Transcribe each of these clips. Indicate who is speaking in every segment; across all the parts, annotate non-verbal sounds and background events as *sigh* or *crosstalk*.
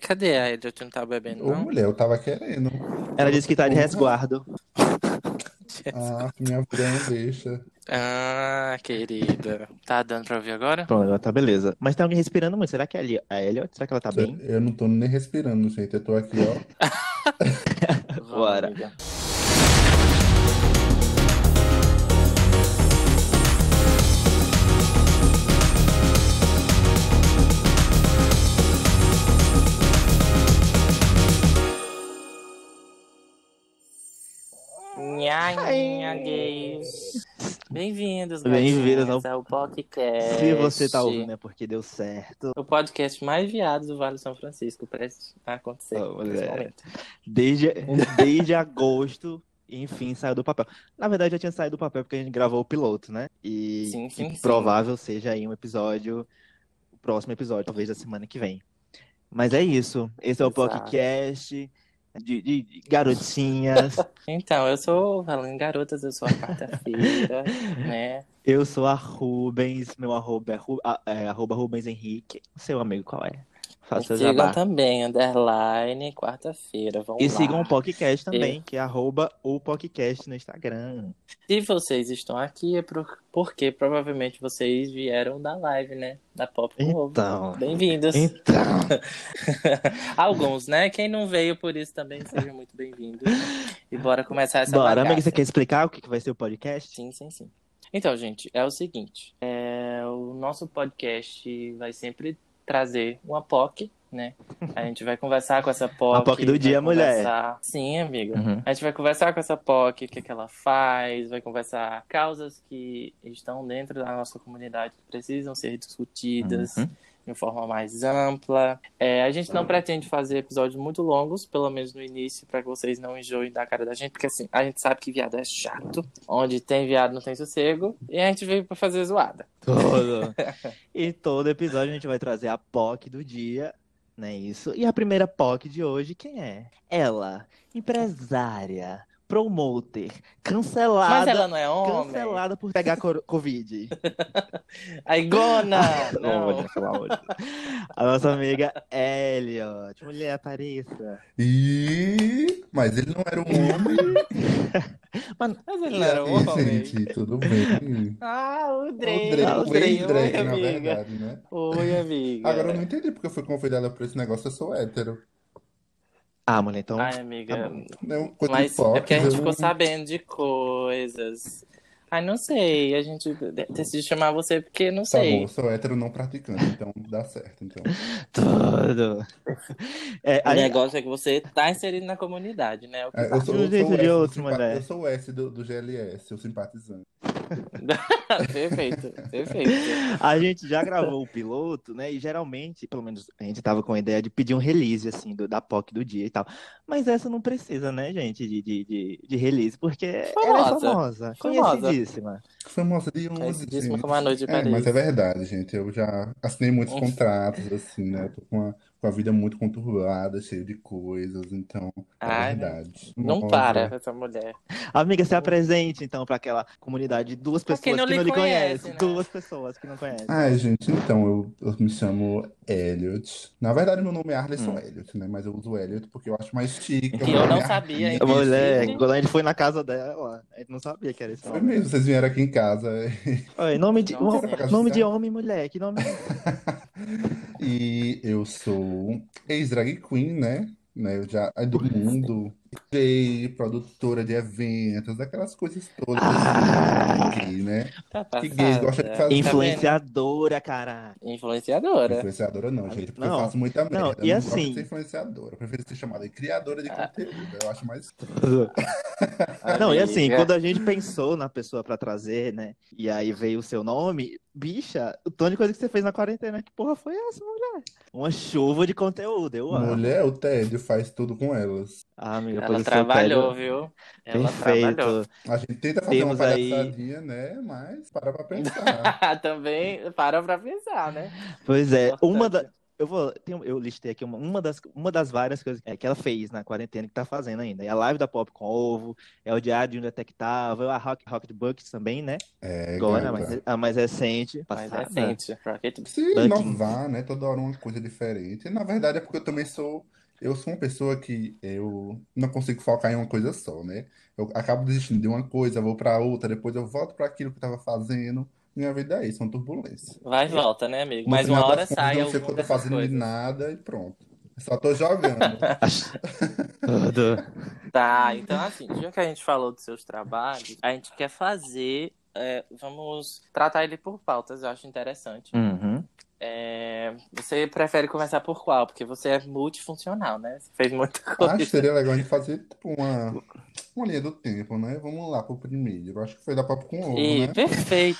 Speaker 1: Cadê a Elliot? Não tá bebendo,
Speaker 2: Ô,
Speaker 1: não?
Speaker 2: mulher, eu tava querendo.
Speaker 3: Ela disse que tá de
Speaker 2: Porra.
Speaker 3: resguardo.
Speaker 1: É.
Speaker 2: Ah, minha mulher deixa.
Speaker 1: Ah, querida. Tá dando pra ouvir agora?
Speaker 3: Pronto, ela tá beleza. Mas tem alguém respirando muito. Será que é ali a Elliot? Será que ela tá bem?
Speaker 2: Eu não tô nem respirando, gente. Eu tô aqui, ó.
Speaker 3: Bora.
Speaker 1: Amiga. Nhainha, gays. Bem-vindos,
Speaker 3: Bem-vindos
Speaker 1: gatinhas, ao podcast.
Speaker 3: Se você tá ouvindo, é porque deu certo.
Speaker 1: O podcast mais viado do Vale do São Francisco parece acontecer
Speaker 3: Oh,
Speaker 1: nesse
Speaker 3: mulher.
Speaker 1: momento.
Speaker 3: Desde, *laughs* desde agosto, enfim, saiu do papel. Na verdade, já tinha saído do papel porque a gente gravou o piloto, né? E
Speaker 1: Sim, sim,
Speaker 3: que
Speaker 1: sim.
Speaker 3: provável seja aí um episódio, o próximo episódio, talvez da semana que vem. Mas é isso. Esse é o
Speaker 1: Exato.
Speaker 3: podcast de, de- de garotinhas.
Speaker 1: Então, eu sou, falando em garotas, eu sou a
Speaker 3: *laughs*
Speaker 1: quarta-feira, né?
Speaker 3: Eu sou a Rubens, meu arroba é, Ru- a- é arroba Rubens Henrique. Seu amigo qual é?
Speaker 1: Me
Speaker 3: Faça
Speaker 1: sigam
Speaker 3: jabá.
Speaker 1: também, underline, quarta-feira, vão
Speaker 3: E
Speaker 1: lá.
Speaker 3: sigam o podcast também, que é arroba o podcast no Instagram.
Speaker 1: Se vocês estão aqui, é pro- porque provavelmente vocês vieram da live, né? Da Pop com Ovo.
Speaker 3: Então.
Speaker 1: Bem-vindos.
Speaker 3: Então,
Speaker 1: Alguns, né? Quem não veio por isso também, sejam muito bem-vindos. E bora começar *laughs* essa
Speaker 3: bora,
Speaker 1: bagaça.
Speaker 3: amiga, você quer explicar o que que vai ser o podcast?
Speaker 1: Sim, sim, sim. Então, gente, é o seguinte: é, o nosso podcast vai sempre trazer uma POC, né? A gente vai conversar com essa POC.
Speaker 3: *laughs* A POC do
Speaker 1: vai
Speaker 3: dia, é mulher.
Speaker 1: conversar- Sim, amiga.
Speaker 3: Uhum.
Speaker 1: A gente vai conversar com essa POC, o que, é que ela faz, vai conversar causas que estão dentro da nossa comunidade que precisam ser discutidas
Speaker 3: Uhum.
Speaker 1: de forma mais ampla. É, a gente
Speaker 2: Uhum.
Speaker 1: não pretende fazer episódios muito longos, pelo menos no início, para que vocês não enjoem da cara da gente, porque assim, a gente sabe que viado é chato. Onde tem viado não tem sossego. E a gente veio pra fazer zoada.
Speaker 3: Todo. e todo episódio a gente vai trazer a POC do dia, não é isso? E a primeira POC de hoje, quem é? Ela, empresária, promoter, cancelada.
Speaker 1: Mas ela não é homem.
Speaker 3: Cancelada por pegar cor- Covid.
Speaker 1: A Igona!
Speaker 2: *laughs*
Speaker 1: não.
Speaker 3: Olha, pelo amor de Deus. *laughs* A nossa amiga Elliot. Mulher, apareça.
Speaker 2: E... Mas ele não era um
Speaker 1: *laughs*
Speaker 2: homem.
Speaker 1: Mas ele não era um
Speaker 2: E aí,
Speaker 1: homem.
Speaker 2: gente, tudo bem?
Speaker 1: Ah, o Drake.
Speaker 2: Drake,
Speaker 1: Ah,
Speaker 3: o
Speaker 1: o Drake,
Speaker 2: Drake, Drake,
Speaker 1: oi,
Speaker 2: na
Speaker 1: amiga.
Speaker 2: verdade, né?
Speaker 1: Oi, amiga.
Speaker 2: Agora eu não entendi porque eu fui convidada pra esse negócio, eu sou hétero.
Speaker 3: Ah, mulher, então.
Speaker 1: Ai, amiga.
Speaker 3: Tá bom.
Speaker 2: Não, coisa de
Speaker 1: Mas é porque a
Speaker 2: fotos,
Speaker 1: gente ficou
Speaker 2: eu-
Speaker 1: sabendo de coisas. Ai, não sei. A gente de- decidiu chamar você porque não
Speaker 2: Tá bom,
Speaker 1: sei.
Speaker 2: eu sou hétero não praticante, então dá certo. Então.
Speaker 3: Tudo. É,
Speaker 1: o
Speaker 3: a-
Speaker 1: negócio é que você tá inserido na comunidade, né? O que
Speaker 2: É,
Speaker 1: tá.
Speaker 2: Eu sou,
Speaker 3: De um
Speaker 2: eu sou
Speaker 3: jeito
Speaker 2: o
Speaker 3: de
Speaker 2: S, do
Speaker 3: outro,
Speaker 2: simpa-
Speaker 3: Mané.
Speaker 2: eu sou o S do, do GLS, o simpatizante.
Speaker 1: tá *laughs* perfeito,
Speaker 2: É
Speaker 1: perfeito.
Speaker 3: A gente já gravou o piloto, né? E geralmente, pelo menos, a gente tava com a ideia de pedir um release, assim, do, da POC do dia e tal. Mas essa não precisa, né, gente, de, de, de, de release, porque ela é
Speaker 1: Famosa.
Speaker 3: famosa,
Speaker 1: Famosa.
Speaker 3: conhecidíssima.
Speaker 2: Famosa de onde,
Speaker 1: Conhecidíssima
Speaker 2: gente?
Speaker 1: como a noite de
Speaker 2: É,
Speaker 1: Paris.
Speaker 2: mas é verdade, gente. Eu já assinei muitos
Speaker 1: Hum.
Speaker 2: contratos, assim, né? Eu tô com a, com a vida muito conturbada, cheio de coisas, então é
Speaker 1: Ai,
Speaker 2: verdade. né?
Speaker 1: Não
Speaker 2: Nossa.
Speaker 1: para essa mulher.
Speaker 3: Amiga, se apresente, então, para aquela comunidade de duas
Speaker 1: Pra
Speaker 3: pessoas
Speaker 1: quem não
Speaker 3: que
Speaker 1: lhe
Speaker 3: não lhe
Speaker 1: conhece,
Speaker 3: conhecem.
Speaker 1: né?
Speaker 3: Duas pessoas que não conhecem.
Speaker 2: Ai, gente, então, eu, eu me chamo Elliot. Na verdade, meu nome é Arleson
Speaker 3: Hum.
Speaker 2: Elliot, né? Mas eu uso Elliot porque eu acho mais chique. é um
Speaker 1: E eu não
Speaker 2: nome
Speaker 1: sabia,
Speaker 2: artístico.
Speaker 1: inclusive.
Speaker 3: Mulher, quando a gente foi na casa dela, a gente não sabia que era esse
Speaker 2: Foi
Speaker 3: nome.
Speaker 2: mesmo, vocês vieram aqui em casa. é.
Speaker 3: Oi, nome de,
Speaker 1: Nossa,
Speaker 3: nome-
Speaker 2: gente.
Speaker 3: nome de homem, mulher, que nome.
Speaker 2: E eu sou um ex-drag queen, né? Né, Eu já é do
Speaker 3: Uhum.
Speaker 2: mundo, DJ, produtora de eventos, aquelas coisas todas
Speaker 3: Ah!
Speaker 2: assim, gay, né?
Speaker 1: Tá
Speaker 2: Que gays gostam de
Speaker 1: passada.
Speaker 2: fazer.
Speaker 3: Influenciadora, cara.
Speaker 1: Influenciadora.
Speaker 2: Influenciadora não, gente, porque
Speaker 3: Não,
Speaker 2: eu faço muita merda.
Speaker 3: não,
Speaker 2: Eu
Speaker 3: e
Speaker 2: não gosto
Speaker 3: assim-
Speaker 2: de ser influenciadora, eu prefiro ser chamada de criadora de
Speaker 1: Ah.
Speaker 2: conteúdo. Eu acho mais.
Speaker 3: Não, e assim,
Speaker 1: Amiga.
Speaker 3: quando a gente pensou na pessoa pra trazer, né? E aí veio o seu nome, bicha, o tanto de coisa que você fez na quarentena, que porra foi essa, mulher? Uma chuva de conteúdo, eu amo.
Speaker 2: Mulher, o tédio faz tudo com elas.
Speaker 3: Ah, amiga, pois
Speaker 1: Ela
Speaker 3: o seu
Speaker 1: trabalhou,
Speaker 3: tédio-
Speaker 1: viu? Ela
Speaker 3: Perfeito.
Speaker 1: trabalhou. *laughs*
Speaker 2: A gente tenta fazer uma
Speaker 3: Temos aí-
Speaker 2: palhaçadinha, né? Mas para pra pensar.
Speaker 3: *laughs*
Speaker 1: Ah, Também para pra pensar, né?
Speaker 3: Pois é,
Speaker 1: Importante.
Speaker 3: uma da. eu vou. tem- um, eu listei aqui uma, uma das, uma das várias coisas é, que ela fez na quarentena que tá fazendo ainda. É a live da Pop com ovo, é o Diário de um Detectável, a Rock, Rocket Bucks também, né?
Speaker 2: É,
Speaker 3: Agora, a
Speaker 2: gata.
Speaker 3: mais, a mais recente.
Speaker 1: Mas
Speaker 3: passada.
Speaker 1: é
Speaker 3: *laughs*
Speaker 1: recente. Rocket Beans.
Speaker 2: Se inovar, né? Toda hora uma coisa diferente. Na verdade, é porque eu também sou. Eu sou uma pessoa que eu não consigo focar em uma coisa só, né? Eu acabo desistindo de uma coisa, vou pra outra, depois eu volto pra aquilo que eu tava fazendo. Minha vida é isso, uma turbulência.
Speaker 1: Vai e volta, né, amigo?
Speaker 2: No
Speaker 1: Mas
Speaker 2: É. final
Speaker 1: uma hora
Speaker 2: das contas,
Speaker 1: sai
Speaker 2: eu não sei o que
Speaker 1: alguma
Speaker 2: eu tô
Speaker 1: dessas
Speaker 2: fazendo de
Speaker 1: coisas.
Speaker 2: nada e pronto. Só tô
Speaker 1: *laughs*
Speaker 2: jogando.
Speaker 3: Tudo.
Speaker 1: Tá, então assim, já que a gente falou dos seus trabalhos, a gente quer fazer. é, vamos tratar ele por pautas, eu acho interessante.
Speaker 3: Uhum.
Speaker 1: É, você prefere começar por qual? Porque você é multifuncional, né? Você fez muita
Speaker 2: Acho que
Speaker 1: coisa.
Speaker 2: seria legal a gente fazer tipo, uma, uma linha do tempo, né? Vamos lá pro primeiro. Acho que foi da Papo com Ovo,
Speaker 1: Ih,
Speaker 2: né?
Speaker 1: perfeito,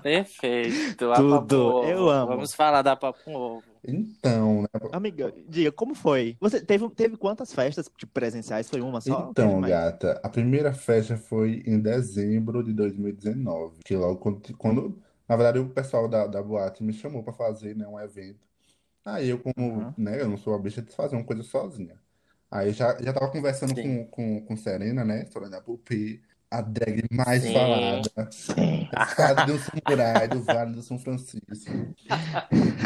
Speaker 1: perfeito. A
Speaker 3: Tudo,
Speaker 1: Papo Ovo.
Speaker 3: eu amo.
Speaker 1: Vamos falar da Papo com
Speaker 3: *laughs*
Speaker 1: Ovo.
Speaker 2: Então, né?
Speaker 3: Amiga, diga, como foi? Você teve, teve quantas festas tipo, presenciais? Foi uma só? Teve
Speaker 2: Então,
Speaker 3: mais?
Speaker 2: gata, a primeira festa foi em dezembro de 2019, que logo quando, quando- na verdade, o pessoal da, da boate me chamou para fazer, né, um evento. Aí eu, como,
Speaker 3: Uhum.
Speaker 2: né, eu não sou a bicha de fazer uma coisa sozinha. Aí já, já tava conversando
Speaker 1: Sim.
Speaker 2: com, com, com Serena, né, Serena Pupi, a drag mais
Speaker 1: Sim.
Speaker 2: falada,
Speaker 3: Sim.
Speaker 2: falada do Samurai, do Vale do São Francisco.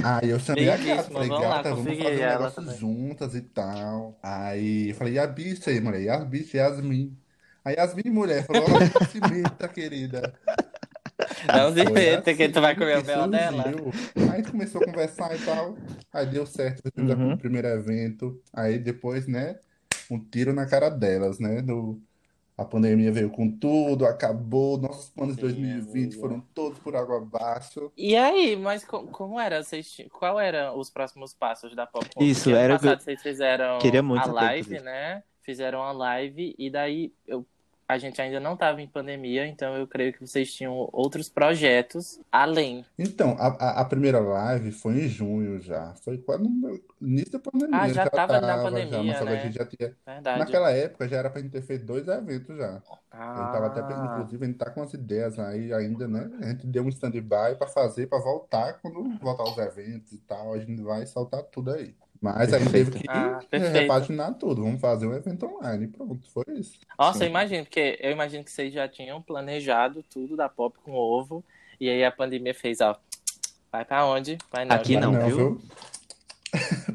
Speaker 2: Aí eu chamei a gata,
Speaker 1: Lindíssima,
Speaker 2: falei,
Speaker 1: vamos lá,
Speaker 2: gata, vamos
Speaker 1: consegui
Speaker 2: fazer um
Speaker 1: ela
Speaker 2: negócio
Speaker 1: também.
Speaker 2: juntas e tal. Aí eu falei, e a bicha aí, mulher? E a bicha, Yasmin. A Yasmin, mulher, falou, ó, não se
Speaker 1: *laughs*
Speaker 2: meta, querida.
Speaker 1: Não se
Speaker 2: Foi
Speaker 1: meta que tu vai
Speaker 2: assim
Speaker 1: comer o
Speaker 2: que
Speaker 1: mel dela.
Speaker 2: surgiu. Aí a gente começou a conversar e tal. Aí deu certo, fizemos
Speaker 3: Uhum.
Speaker 2: o primeiro evento. Aí depois, né, um tiro na cara delas, né, do... A pandemia veio com tudo, acabou. Nossos planos de
Speaker 1: Sim,
Speaker 2: 2020
Speaker 1: amiga.
Speaker 2: foram todos por água abaixo.
Speaker 1: E aí, mas co- como era? Vocês, ti- qual eram os próximos passos da Pop Pop?
Speaker 3: Isso,
Speaker 1: Porque ano
Speaker 3: era o que eu
Speaker 1: passado vocês fizeram
Speaker 3: queria muito
Speaker 1: a
Speaker 3: saber,
Speaker 1: live,
Speaker 3: inclusive.
Speaker 1: né? Fizeram a live e daí eu- a gente ainda não tava em pandemia, então eu creio que vocês tinham outros projetos além.
Speaker 2: Então, a, a- a primeira live foi em junho já. Foi quase no meu- início da pandemia.
Speaker 1: Ah,
Speaker 2: Eu
Speaker 1: já
Speaker 2: já
Speaker 1: tava na
Speaker 2: tava já, mas
Speaker 1: pandemia,
Speaker 2: só que a gente
Speaker 1: né?
Speaker 2: já tinha.
Speaker 1: Verdade.
Speaker 2: Naquela época já era pra gente ter feito dois eventos já. A gente tava até, pe-
Speaker 1: Ah,
Speaker 2: inclusive, a gente tá com as ideias aí ainda, né? A gente deu um stand-by pra fazer, pra voltar quando voltar os eventos e tal. A gente vai soltar tudo aí. Mas a gente teve
Speaker 3: Perfeito.
Speaker 2: que é,
Speaker 1: ah, perfeito.
Speaker 2: repaginar tudo. Vamos fazer um evento online. Pronto, foi isso.
Speaker 1: Ah, Nossa, eu
Speaker 2: Sim.
Speaker 1: imagino, porque eu imagino que vocês já tinham planejado tudo da Pop com ovo, e aí a pandemia fez, ó, vai pra onde? Vai não,
Speaker 3: Aqui
Speaker 1: gente.
Speaker 2: Mas
Speaker 3: não, viu?
Speaker 2: *laughs*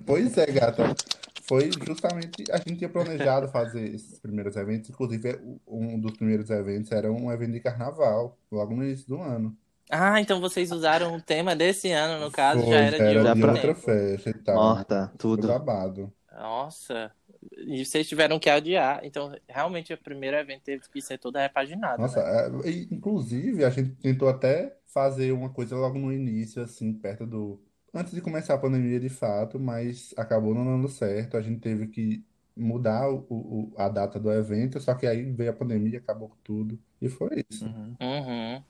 Speaker 2: Pois é, gata. Foi justamente. A gente tinha planejado fazer esses primeiros eventos. Inclusive, um dos primeiros eventos era um evento de carnaval, logo no início do ano.
Speaker 1: Ah, então vocês usaram o tema desse ano, no caso, já
Speaker 2: Foi,
Speaker 1: era
Speaker 2: já
Speaker 1: de
Speaker 2: era
Speaker 3: Já
Speaker 1: outro
Speaker 2: de
Speaker 3: pra-
Speaker 2: outra
Speaker 1: tempo.
Speaker 2: festa e tal.
Speaker 3: Morta,
Speaker 2: Foi
Speaker 3: tudo.
Speaker 2: babado.
Speaker 1: Nossa, e vocês tiveram que adiar. Então, realmente, o primeiro evento teve que ser todo repaginado,
Speaker 2: Nossa,
Speaker 1: né?
Speaker 2: é, e, inclusive, a gente tentou até fazer uma coisa logo no início, assim, perto do. Antes de começar a pandemia, de fato, mas acabou não dando certo. A gente teve que mudar o, o- a data do evento, só que aí veio a pandemia, acabou com tudo. E foi isso.
Speaker 3: Uhum.
Speaker 1: Uhum.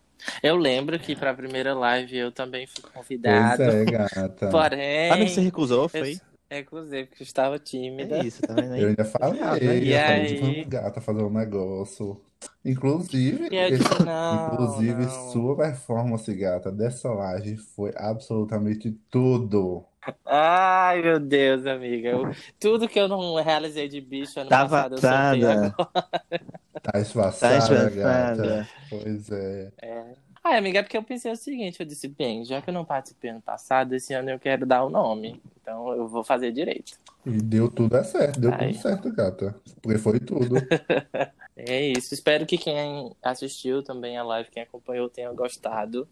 Speaker 1: Eu lembro que para a primeira live eu também fui
Speaker 2: Pois
Speaker 1: convidado, *laughs*
Speaker 2: é, gata.
Speaker 3: Amigo, você
Speaker 1: porém,
Speaker 3: recusou,
Speaker 1: eu
Speaker 3: foi?
Speaker 1: recusei porque eu estava
Speaker 3: É
Speaker 1: tímida.
Speaker 3: isso, tá vendo
Speaker 2: Eu
Speaker 3: aí?
Speaker 2: ainda
Speaker 1: E
Speaker 2: falei, eu falei,
Speaker 1: aí,
Speaker 2: vamos, gata, fazer um negócio. Inclusive,
Speaker 1: e eu disse, não,
Speaker 2: *laughs* inclusive,
Speaker 1: não.
Speaker 2: sua performance, gata, dessa live foi absolutamente tudo.
Speaker 1: Ai, meu Deus, amiga. Eu- tudo que eu não realizei de bicho ano
Speaker 3: Tá
Speaker 1: passado, eu soltei agora. *laughs*
Speaker 3: vazada,
Speaker 2: Tá
Speaker 3: tá
Speaker 2: esfaçada, gata.
Speaker 3: espantada.
Speaker 2: Pois é.
Speaker 1: Ah, amiga, é porque eu pensei o seguinte, eu disse, bem, já que eu não participei ano passado, esse ano eu quero dar o nome. Então eu vou fazer direito.
Speaker 2: E deu tudo é certo, deu tudo
Speaker 1: Ai.
Speaker 2: certo, gata. Porque foi
Speaker 3: *laughs*
Speaker 2: tudo.
Speaker 1: É isso. Espero que quem assistiu também a live, quem acompanhou, tenha gostado,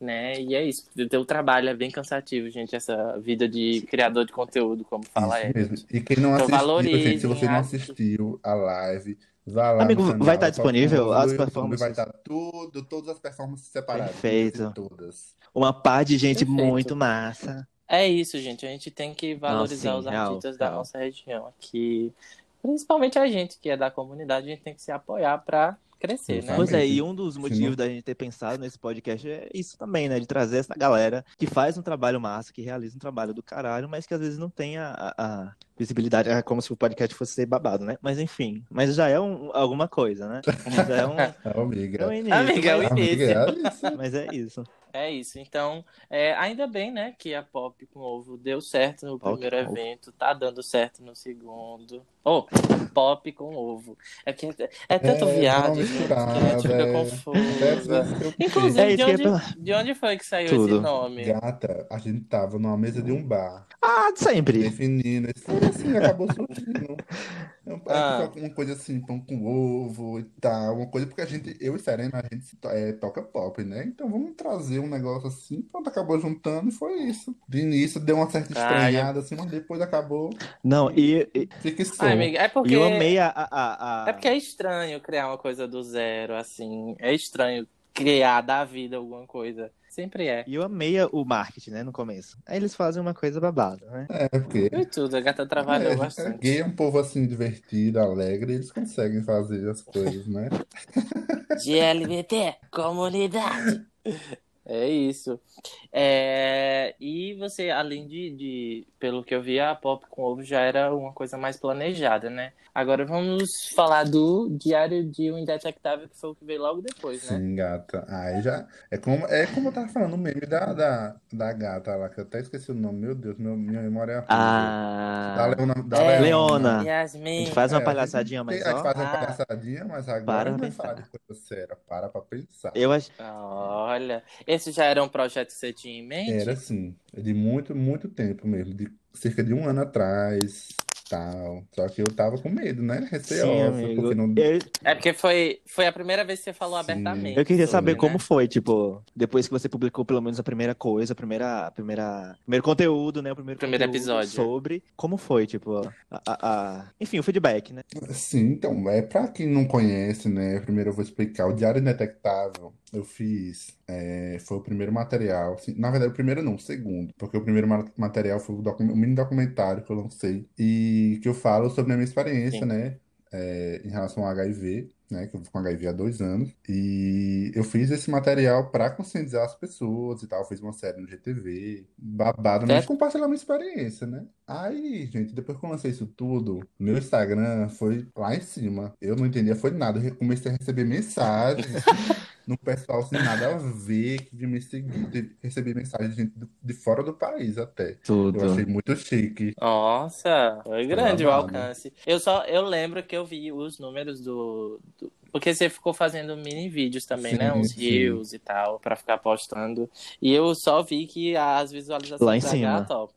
Speaker 1: né? E é isso. O teu trabalho é bem cansativo, gente, essa vida de criador de conteúdo, como fala
Speaker 2: Isso
Speaker 1: é.
Speaker 2: mesmo. E quem não
Speaker 1: Então
Speaker 2: assistiu, gente, se você
Speaker 1: valorizem
Speaker 2: não
Speaker 1: as...
Speaker 2: assistiu a live, vá lá
Speaker 3: né? Amigo,
Speaker 2: no canal
Speaker 3: vai estar
Speaker 2: da Papo com
Speaker 3: disponível
Speaker 2: Ovo
Speaker 3: as
Speaker 2: do YouTube, vai
Speaker 3: performances.
Speaker 2: estar tudo, todas as performances separadinhas e
Speaker 3: Perfeito.
Speaker 2: todas.
Speaker 3: Uma par de gente
Speaker 1: Perfeito.
Speaker 3: muito massa.
Speaker 1: É isso, gente. A gente tem que valorizar
Speaker 3: sim,
Speaker 1: os
Speaker 3: real,
Speaker 1: artistas da
Speaker 3: real.
Speaker 1: nossa região aqui. Principalmente a gente que é da comunidade, a gente tem que se apoiar para crescer, né?
Speaker 3: Pois é,
Speaker 2: Exatamente.
Speaker 3: e um dos
Speaker 2: Se
Speaker 3: motivos da gente ter pensado nesse podcast é isso também, né? De trazer essa galera que faz um trabalho massa, que realiza um trabalho do caralho, mas que às vezes não tem a, a- a visibilidade. É como se o podcast fosse ser babado, né? Mas enfim, mas já é um- alguma coisa, né? Já é
Speaker 2: *laughs*
Speaker 3: um,
Speaker 2: não-
Speaker 3: é um
Speaker 2: Amiga.
Speaker 3: início,
Speaker 1: Amiga, é o
Speaker 3: mas,
Speaker 2: Amiga,
Speaker 1: início.
Speaker 2: é isso.
Speaker 3: mas é isso.
Speaker 1: É isso. Então, é, ainda bem, né, que a Pop com ovo deu certo no
Speaker 3: Pop
Speaker 1: primeiro
Speaker 3: com ovo.
Speaker 1: evento, tá dando certo no segundo. Oh, Pop com ovo. É que é, é tanto
Speaker 2: É, dá uma
Speaker 1: viagem, gente, que a gente
Speaker 2: misturada,
Speaker 1: fica
Speaker 2: é.
Speaker 1: confusa.
Speaker 2: né?
Speaker 3: *laughs*
Speaker 1: Inclusive,
Speaker 3: É
Speaker 1: de,
Speaker 3: isso que eu ia
Speaker 1: onde, de onde foi que saiu
Speaker 3: Tudo.
Speaker 1: esse nome?
Speaker 2: Gata, a gente tava numa mesa de um bar,
Speaker 3: Ah, de sempre.
Speaker 2: definindo, esse- foi assim, acabou *laughs* surgindo. Eu-
Speaker 1: Ah.
Speaker 2: Aí fica uma coisa assim, pão com ovo e tal, uma coisa, porque a gente, eu e Serena, a gente se to- eh, toca pop, né? Então vamos trazer um negócio assim, pronto, acabou juntando e foi isso. De início deu uma certa
Speaker 1: Ai,
Speaker 2: estranhada, assim, mas depois acabou,
Speaker 3: Não, e, e
Speaker 2: fixou.
Speaker 1: Ai, amiga, é
Speaker 3: e
Speaker 1: porque
Speaker 3: eu amei a. a, a-
Speaker 1: É porque é estranho criar uma coisa do zero, assim. É estranho criar da vida alguma coisa. Sempre é.
Speaker 3: E eu amei o marketing, né, no começo. Aí eles fazem uma coisa babada, né?
Speaker 2: É, porque
Speaker 1: Eu e tudo, a gata
Speaker 2: é,
Speaker 1: trabalhou
Speaker 2: é *laughs*
Speaker 1: bastante.
Speaker 2: gay é um povo assim, divertido, alegre, eles conseguem
Speaker 1: *laughs*
Speaker 2: fazer as coisas, né?
Speaker 1: de LGBT, comunidade. *laughs* É isso. É, E você, além de, de- Pelo que eu vi, a Pop com Ovo já era uma coisa mais planejada, né? Agora vamos falar do Diário de um Indetectável, que foi o que veio logo depois, né?
Speaker 2: Sim, gata. Aí já. É como, é como eu tava falando, o meme da, da, da gata lá, que eu até esqueci o nome. Meu Deus, meu, minha memória é horrível. Da
Speaker 3: Ah.
Speaker 2: Leona. Da
Speaker 1: É.
Speaker 3: Leona. A
Speaker 1: Yasmin.
Speaker 3: gente faz
Speaker 2: É, a
Speaker 3: uma
Speaker 2: gente
Speaker 3: palhaçadinha, mas
Speaker 2: tem- a gente
Speaker 3: ó.
Speaker 2: faz uma
Speaker 1: Ah.
Speaker 2: palhaçadinha, mas agora
Speaker 3: Para
Speaker 2: não
Speaker 3: pra
Speaker 2: é falar de coisa séria. Para pra pensar.
Speaker 3: Eu acho.
Speaker 1: Olha, esse já era um projeto que você tinha em mente?
Speaker 2: Era assim, de muito, muito tempo mesmo, de cerca de um ano atrás, tal. Só que eu tava com medo, né?
Speaker 3: Sim,
Speaker 2: Receosa,
Speaker 3: amigo.
Speaker 2: porque não.
Speaker 3: Eu,
Speaker 1: É porque foi, foi a primeira vez que você falou
Speaker 2: Sim.
Speaker 1: abertamente.
Speaker 3: eu queria
Speaker 1: sobre,
Speaker 3: saber
Speaker 1: né?
Speaker 3: como foi, tipo, depois que você publicou pelo menos a primeira coisa, a primeira, a primeira, primeiro conteúdo, né? O primeiro,
Speaker 1: Primeiro
Speaker 3: conteúdo
Speaker 1: episódio.
Speaker 3: sobre como foi, tipo, a, a- a- enfim, o feedback, né?
Speaker 2: Sim, então, é para quem não conhece, né? Primeiro eu vou explicar. O Diário Indetectável eu fiz, é, foi o primeiro material. assim, na verdade, o primeiro não, o segundo, porque o primeiro ma- material foi o, docu- o mini documentário que eu lancei e que eu falo sobre a minha experiência,
Speaker 1: Sim.
Speaker 2: né? é, em relação ao HIV, né? Que eu vivo com HIV há dois anos. E eu fiz esse material para conscientizar as pessoas e tal. Fiz uma série no GTV, babado, mas
Speaker 1: Certo.
Speaker 2: compartilhar minha experiência, né? Aí, gente, depois que eu lancei isso tudo, meu Instagram foi lá em cima. Eu não entendia, foi nada. Eu comecei a receber mensagens no pessoal sem nada a ver que de me seguir. Teve- Recebi mensagens de gente do- de fora do país até. Eu achei
Speaker 3: Tudo.
Speaker 2: muito chique.
Speaker 1: Nossa, foi grande o
Speaker 3: né?
Speaker 2: babado.
Speaker 1: alcance. Eu só eu lembro que eu vi os números do, do- porque você ficou fazendo mini vídeos também, né?
Speaker 2: Sim,
Speaker 1: Uns
Speaker 2: sim.
Speaker 1: reels e tal pra ficar postando. E eu só vi que as visualizações
Speaker 3: Lá em
Speaker 1: da
Speaker 3: cima.
Speaker 1: gata, ó, né?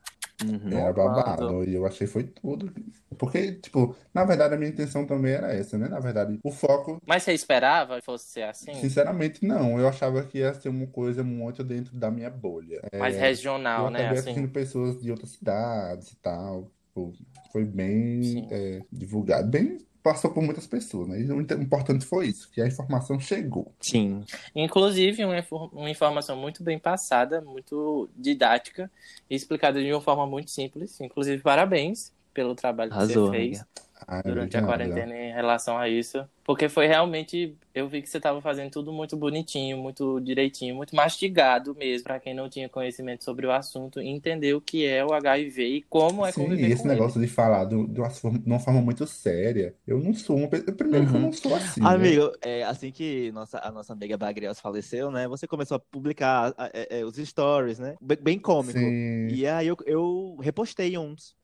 Speaker 3: Uhum.
Speaker 2: Era
Speaker 1: bombando.
Speaker 2: É babado, e eu achei foi tudo. Porque, tipo, na verdade a minha intenção também era essa, né? Na verdade, o foco,
Speaker 1: Mas você esperava que fosse ser assim?
Speaker 2: sinceramente, não. Eu achava que ia ser uma coisa muito dentro da minha bolha. É,
Speaker 3: É.
Speaker 1: Mais
Speaker 2: Eu
Speaker 1: regional, né?
Speaker 2: acabei
Speaker 1: Assim.
Speaker 2: assistindo pessoas de outras cidades e tal. Tipo, foi bem
Speaker 1: Sim.
Speaker 2: é, divulgado. Bem, passou por muitas pessoas, né? E o inte- o importante foi isso, que a informação chegou.
Speaker 3: Sim.
Speaker 1: Inclusive, uma, infor- uma informação muito bem passada, muito didática e explicada de uma forma muito simples. Inclusive, parabéns pelo trabalho que
Speaker 3: Arrasou,
Speaker 1: você fez.
Speaker 3: amiga.
Speaker 2: Ai,
Speaker 1: durante a
Speaker 2: obrigada.
Speaker 1: quarentena em relação a isso. Porque foi realmente. Eu vi que você tava fazendo tudo muito bonitinho, muito direitinho, muito mastigado mesmo, pra quem não tinha conhecimento sobre o assunto, entender o que é o HIV e como é
Speaker 2: Sim,
Speaker 1: conviver
Speaker 2: e esse
Speaker 1: com ele.
Speaker 2: negócio de falar do- de uma forma, de uma forma muito séria, eu não sou uma pessoa. Primeiro que eu
Speaker 3: Uhum.
Speaker 2: não sou assim, né?
Speaker 3: Amigo, é, assim que nossa, a nossa amiga Bagriels faleceu, né? Você começou a publicar a- é, é, os stories, né? Bem, bem cômico.
Speaker 2: Sim.
Speaker 3: E aí eu, eu repostei uns.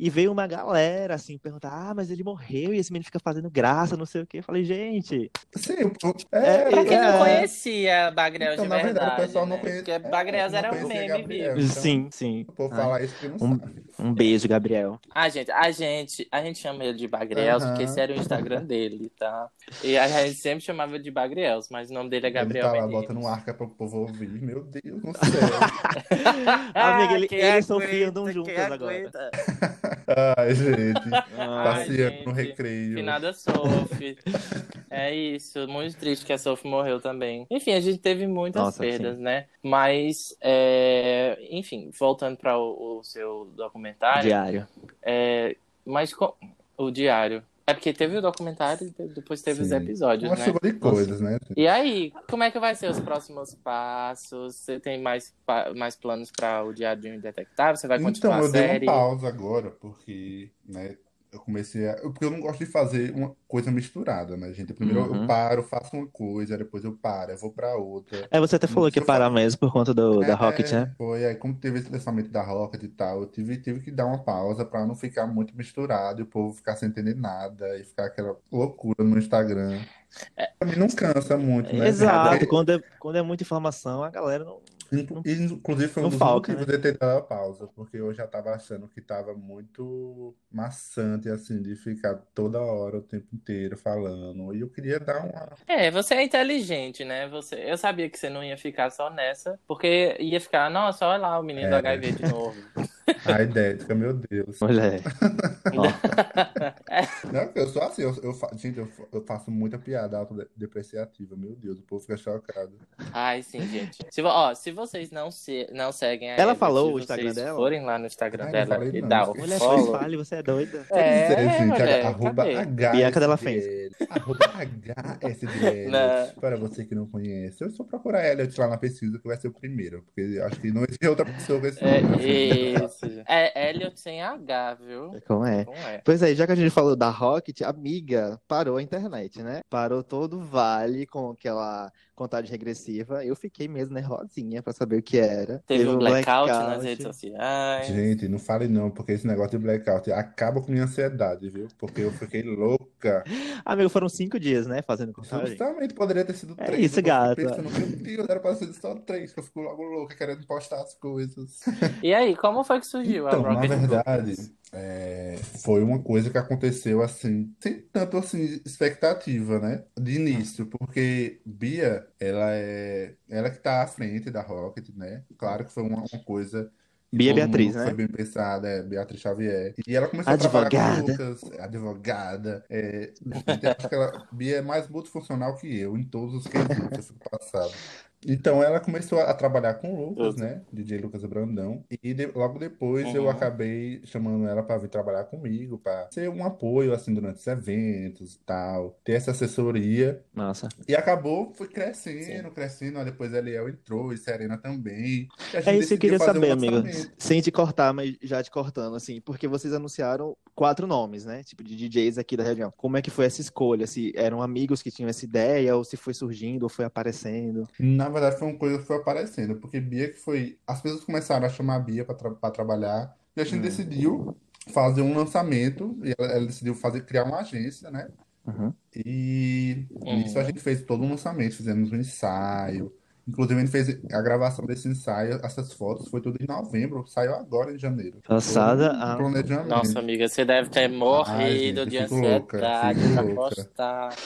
Speaker 3: E veio uma galera assim perguntar: Ah, mas ele morreu e esse menino fica fazendo graça, não sei o quê. Eu falei, gente,
Speaker 2: Sim, eu- eu-
Speaker 3: É,
Speaker 1: Pra
Speaker 2: é,
Speaker 1: quem não
Speaker 3: é.
Speaker 1: conhecia Bagrel
Speaker 2: então,
Speaker 1: de
Speaker 2: na verdade, o
Speaker 1: verdade,
Speaker 2: pessoal não
Speaker 1: né?
Speaker 2: conhece,
Speaker 1: Porque
Speaker 2: é,
Speaker 1: Bagrel
Speaker 2: não
Speaker 1: era um
Speaker 2: conhecia
Speaker 1: meme
Speaker 2: Gabriel,
Speaker 1: vivo.
Speaker 2: então
Speaker 3: sim, sim.
Speaker 2: eu vou
Speaker 3: Ai,
Speaker 2: falar isso porque não
Speaker 3: um,
Speaker 2: sabe.
Speaker 3: um beijo, Gabriel.
Speaker 1: Ah, gente, a gente, a gente chama ele de Bagriels, porque esse
Speaker 2: Aham.
Speaker 1: era o Instagram dele, tá? E a gente sempre chamava ele de Bagriels, mas o nome dele é
Speaker 2: Ele
Speaker 1: Gabriel
Speaker 2: tá lá
Speaker 1: Menino. *laughs*
Speaker 2: botando arca pro povo ouvir. Meu Deus do céu.
Speaker 3: Ah, Amiga, ele-
Speaker 1: Ah, Quem
Speaker 3: eles sofriam,
Speaker 1: aguenta,
Speaker 3: andam
Speaker 1: quem
Speaker 3: juntas agora. Ah,
Speaker 1: aguenta?
Speaker 2: Ai, gente.
Speaker 1: *laughs* Ai,
Speaker 2: Passeando
Speaker 1: gente.
Speaker 2: no recreio.
Speaker 1: Finada Sophie. É isso, muito triste que a Sophie morreu também. Enfim, a gente teve muitas
Speaker 3: Nossa,
Speaker 1: perdas, né? Mas, é, enfim, voltando para o, o seu documentário,
Speaker 3: Diário.
Speaker 1: é, mas co- o diário. É porque teve o documentário e depois teve os
Speaker 2: Sim.
Speaker 1: episódios,
Speaker 2: Uma
Speaker 1: né?
Speaker 2: chuva de coisas, né?
Speaker 1: E aí, como é que vai ser os próximos passos? Você tem mais, pa- mais planos para o Diário de um Indetectável? Você vai continuar
Speaker 2: Então, eu
Speaker 1: a
Speaker 2: dei uma
Speaker 1: série?
Speaker 2: pausa agora, porque, né, eu comecei a. eu- Porque eu não gosto de fazer uma coisa misturada, né, gente? Primeiro eu-
Speaker 3: Uhum.
Speaker 2: eu paro, faço uma coisa, depois eu paro, eu vou pra outra.
Speaker 3: É, você até falou que ia
Speaker 2: Deixa eu
Speaker 3: parar mesmo por conta do, da Rocket,
Speaker 2: É,
Speaker 3: né?
Speaker 2: foi aí, como teve esse lançamento da Rocket e tal, eu tive, tive que dar uma pausa pra não ficar muito misturado e o povo ficar sem entender nada e ficar aquela loucura no Instagram. Também não cansa muito, né?
Speaker 3: É. Exato,
Speaker 2: Porque-
Speaker 3: quando é, quando é muita informação, a galera não.
Speaker 2: Inclu- Inclusive, foi um
Speaker 3: não
Speaker 2: dos
Speaker 3: falta, né?
Speaker 2: motivos de eu ter dado a pausa, porque eu já tava achando que tava muito maçante, assim, de ficar toda hora, o tempo inteiro falando. E eu queria dar uma.
Speaker 1: É, você é inteligente, né? Você, eu sabia que você não ia ficar só nessa, porque ia ficar, nossa, olha lá o menino
Speaker 2: É.
Speaker 1: do HIV de
Speaker 2: *laughs*
Speaker 1: novo.
Speaker 2: A idética, meu Deus.
Speaker 3: Olha aí. Ó,
Speaker 2: Não, eu sou assim, eu, eu, fa- gente, eu, fa- eu faço muita piada autodepreciativa, meu Deus, o povo fica chocado.
Speaker 1: Ai, sim, gente. Se, vo- ó, se vocês não, se, não seguem a
Speaker 3: Ela
Speaker 1: Eva,
Speaker 3: falou
Speaker 1: se
Speaker 3: o Instagram
Speaker 1: vocês
Speaker 3: dela?
Speaker 1: forem lá no Instagram
Speaker 2: Ai, não
Speaker 1: dela
Speaker 2: falei
Speaker 1: e
Speaker 2: não,
Speaker 1: dar o
Speaker 2: esqueci.
Speaker 3: mulher,
Speaker 1: follow.
Speaker 3: pois fale, você é doida.
Speaker 1: É,
Speaker 2: Pois gente,
Speaker 1: mulher,
Speaker 2: arroba
Speaker 1: cadê?
Speaker 2: HSDL.
Speaker 3: Bianca Della Fence.
Speaker 2: Arroba HSDL.
Speaker 1: Não.
Speaker 2: Para você que não conhece, eu só procurar Elliot lá na pesquisa, que vai ser o primeiro, porque eu acho que não existe outra pessoa com esse
Speaker 1: É
Speaker 2: nome. assim.
Speaker 1: isso. É Elliot sem H, viu?
Speaker 3: Como é?
Speaker 1: Não é.
Speaker 3: Pois é, já que a gente falou da Rocket, amiga, parou a internet, né? Parou todo o vale com aquela contagem regressiva. Eu fiquei mesmo nervosinha pra saber o que era.
Speaker 1: Teve um blackout, nas redes sociais.
Speaker 2: Gente, não fale não, porque esse negócio de blackout acaba com minha ansiedade, viu? Porque eu fiquei louca.
Speaker 3: Amigo, foram cinco dias, né? Fazendo contagem.
Speaker 2: Justamente poderia ter sido
Speaker 3: É
Speaker 2: três.
Speaker 3: isso,
Speaker 2: eu fiquei
Speaker 3: gata.
Speaker 2: Pensando, meu Deus, era pra ser só três, que eu fico logo louca querendo postar as coisas.
Speaker 1: E aí, como foi que surgiu
Speaker 2: Então,
Speaker 1: a
Speaker 2: na
Speaker 1: Rocket
Speaker 2: verdade,
Speaker 1: Group?
Speaker 2: é, foi uma coisa que aconteceu assim, sem tanto assim expectativa, né? De início, porque Bia, ela é, ela que tá à frente da Rocket, né? Claro que foi uma, uma coisa que
Speaker 3: Bia
Speaker 2: todo mundo
Speaker 3: Beatriz, né?
Speaker 2: foi bem pensada, é, Beatriz Xavier. E ela começou a trabalhar com
Speaker 3: Advogada.
Speaker 2: Lucas, é, advogada. É, gente, acho que ela, Bia é mais multifuncional que eu em todos os quesitos, eu fico passado. Então ela começou a trabalhar com o Lucas,
Speaker 1: Tudo.
Speaker 2: né? DJ Lucas Brandão. E de- logo depois eu
Speaker 1: Uhum.
Speaker 2: acabei chamando ela para vir trabalhar comigo, para ser um apoio assim durante os eventos e tal, ter essa assessoria.
Speaker 3: Nossa.
Speaker 2: E acabou, foi crescendo, crescendo. Aí depois Eliel entrou e Serena também. E a gente
Speaker 3: É isso que eu
Speaker 2: decidiu
Speaker 3: queria
Speaker 2: fazer um
Speaker 3: saber, amigo.
Speaker 2: lançamento.
Speaker 3: Sem te cortar, mas já te cortando, assim, porque vocês anunciaram quatro nomes, né? Tipo, de DJs aqui da região. Como é que foi essa escolha? Se eram amigos que tinham essa ideia, ou se foi surgindo, ou foi aparecendo?
Speaker 2: Na verdade, foi uma coisa que foi aparecendo, porque Bia que foi. As pessoas começaram a chamar a Bia para trabalhar, e a gente
Speaker 3: Hum.
Speaker 2: decidiu fazer um lançamento, e ela, ela decidiu fazer, criar uma agência, né?
Speaker 3: Uhum.
Speaker 2: E
Speaker 1: Hum.
Speaker 2: nisso a gente fez todo um lançamento, fizemos um ensaio. Inclusive, a gente fez a gravação desse ensaio, essas fotos, foi tudo em novembro, saiu agora em janeiro.
Speaker 3: Passada
Speaker 2: Todo um
Speaker 3: a-
Speaker 2: planejamento.
Speaker 1: Nossa, amiga, você deve ter morrido
Speaker 2: Ai, gente,
Speaker 1: de
Speaker 2: eu fico louca,
Speaker 1: ansiedade
Speaker 2: fico
Speaker 1: pra
Speaker 2: louca.
Speaker 1: postar.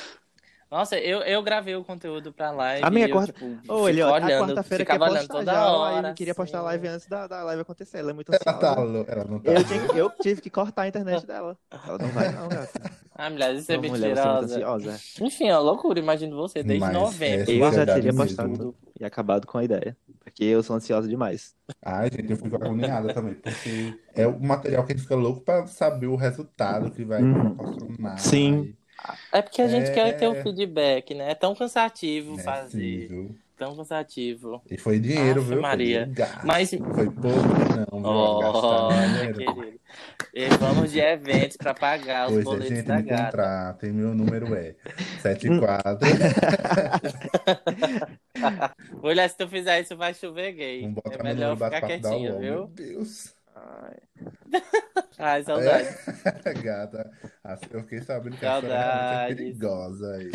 Speaker 1: Nossa, eu, eu gravei o conteúdo pra live.
Speaker 3: Amiga,
Speaker 1: e eu,
Speaker 3: quarta-
Speaker 1: tipo,
Speaker 3: Ô, ele,
Speaker 1: fico
Speaker 3: ó, a
Speaker 1: olhando,
Speaker 3: quarta-feira é quer
Speaker 1: ficava olhando
Speaker 3: postar
Speaker 1: toda
Speaker 3: já,
Speaker 1: hora.
Speaker 3: aí queria postar a
Speaker 1: assim.
Speaker 3: live antes da, da live acontecer, ela é
Speaker 2: *laughs*
Speaker 3: muito
Speaker 2: Ela tá
Speaker 3: ansiosa.
Speaker 2: lou- ela não tá
Speaker 3: Eu,
Speaker 2: louca.
Speaker 3: tinha- eu tive que cortar a internet dela. Ela não vai não, gata.
Speaker 1: Ah, mulher, isso é
Speaker 3: Ô, mulher, você é muito
Speaker 1: mentirosa.
Speaker 3: ansiosa.
Speaker 1: Enfim, é uma loucura, imagino você, desde
Speaker 2: Mas é
Speaker 1: novembro.
Speaker 3: Eu já
Speaker 2: sociedade
Speaker 3: teria
Speaker 2: mesmo.
Speaker 3: postado e acabado com a ideia, porque eu sou ansiosa demais.
Speaker 2: Ai, gente, eu fico agoniada também, porque é o material que a gente fica louco pra saber o resultado que vai
Speaker 3: Uhum.
Speaker 2: proporcionar. né?
Speaker 3: Sim.
Speaker 1: É porque a gente quer ter o
Speaker 2: É.
Speaker 1: feedback, né? É tão cansativo
Speaker 2: Né, sim,
Speaker 1: fazer.
Speaker 2: viu?
Speaker 1: Tão cansativo.
Speaker 2: E foi dinheiro,
Speaker 1: Ave
Speaker 2: viu? Foi
Speaker 1: Maria.
Speaker 2: gasto.
Speaker 1: Mas.
Speaker 2: Foi pouco, não, viu? Gastar
Speaker 1: Olha,
Speaker 2: dinheiro.
Speaker 1: querido. E vamos de eventos pra pagar os
Speaker 2: Pois é,
Speaker 1: boletos
Speaker 2: gente,
Speaker 1: da
Speaker 2: me
Speaker 1: gata. Hum.
Speaker 2: contratem, meu
Speaker 1: *laughs*
Speaker 2: número é 74.
Speaker 1: *laughs* Mulher, se tu fizer isso, vai chover gay.
Speaker 2: Vamos botar
Speaker 1: É
Speaker 2: meu número
Speaker 1: melhor ficar
Speaker 2: bate-papo da
Speaker 1: quietinho,
Speaker 2: UOL. Meu
Speaker 1: viu?
Speaker 2: Deus. *laughs*
Speaker 3: Ai,
Speaker 1: Ai, saudade.
Speaker 2: Ah, É, gata, assim, eu fiquei sabendo que a senhora realmente é
Speaker 1: Saudades.
Speaker 2: perigosa aí.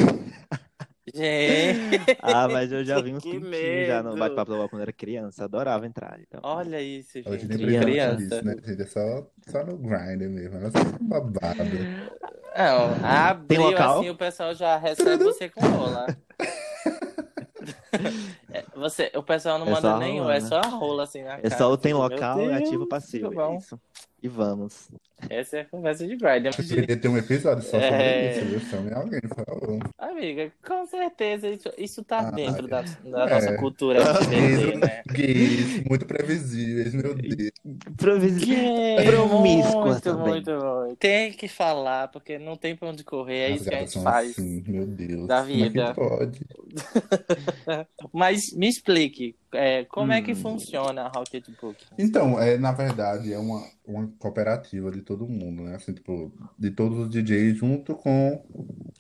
Speaker 1: Gente,
Speaker 3: Ah, mas eu já vi uns
Speaker 1: Que
Speaker 3: pintinhos já no
Speaker 1: medo.
Speaker 3: bate-papo da UOL quando era criança, adorava entrar. Então.
Speaker 1: olha isso,
Speaker 2: Hoje
Speaker 1: gente.
Speaker 2: nem precisa
Speaker 3: Criança.
Speaker 1: Criança.
Speaker 2: disso, né, gente? É só, só no grind mesmo. Ela só um babado.
Speaker 1: Não,
Speaker 3: Tem
Speaker 1: É, abriu
Speaker 3: local?
Speaker 1: assim, o pessoal já
Speaker 2: *laughs*
Speaker 1: recebe você com rola. É, você, o pessoal não
Speaker 3: É
Speaker 1: manda
Speaker 3: só
Speaker 1: nem
Speaker 3: rola,
Speaker 1: o, é
Speaker 3: né?
Speaker 1: só a rola assim na
Speaker 3: É
Speaker 1: cara.
Speaker 3: só o tem
Speaker 1: Fica, meu
Speaker 3: local,
Speaker 1: Deus,
Speaker 3: é ativo passivo,
Speaker 1: tá
Speaker 3: é
Speaker 1: bom.
Speaker 3: isso. E vamos.
Speaker 1: Essa é a conversa de
Speaker 2: *laughs*
Speaker 1: Brian.
Speaker 2: Poderia ter um episódio só sobre
Speaker 1: É.
Speaker 2: isso, viu? Chame alguém, por favor.
Speaker 1: Amiga, com certeza isso, isso tá
Speaker 2: Ah,
Speaker 1: dentro da, da
Speaker 2: é.
Speaker 1: nossa cultura LGBT, né?
Speaker 2: Gays, muito previsíveis, meu
Speaker 1: é
Speaker 2: Deus.
Speaker 3: Provis...
Speaker 1: *laughs* Yeah,
Speaker 2: um
Speaker 3: Promíscua
Speaker 1: muito,
Speaker 3: também.
Speaker 1: muito, muito. Tem que falar, porque não tem pra onde correr, é
Speaker 2: As
Speaker 1: isso que a gente
Speaker 2: gatas são
Speaker 1: faz.
Speaker 2: assim, meu Deus.
Speaker 1: da
Speaker 2: Como é que
Speaker 1: vida.
Speaker 2: pode?
Speaker 1: Mas me explique, é, como é que
Speaker 3: Hum.
Speaker 1: funciona a Rocketbook?
Speaker 2: Então, é, na verdade, é uma, uma cooperativa de todo todo mundo, né? Assim, tipo, de todos os DJs, junto com,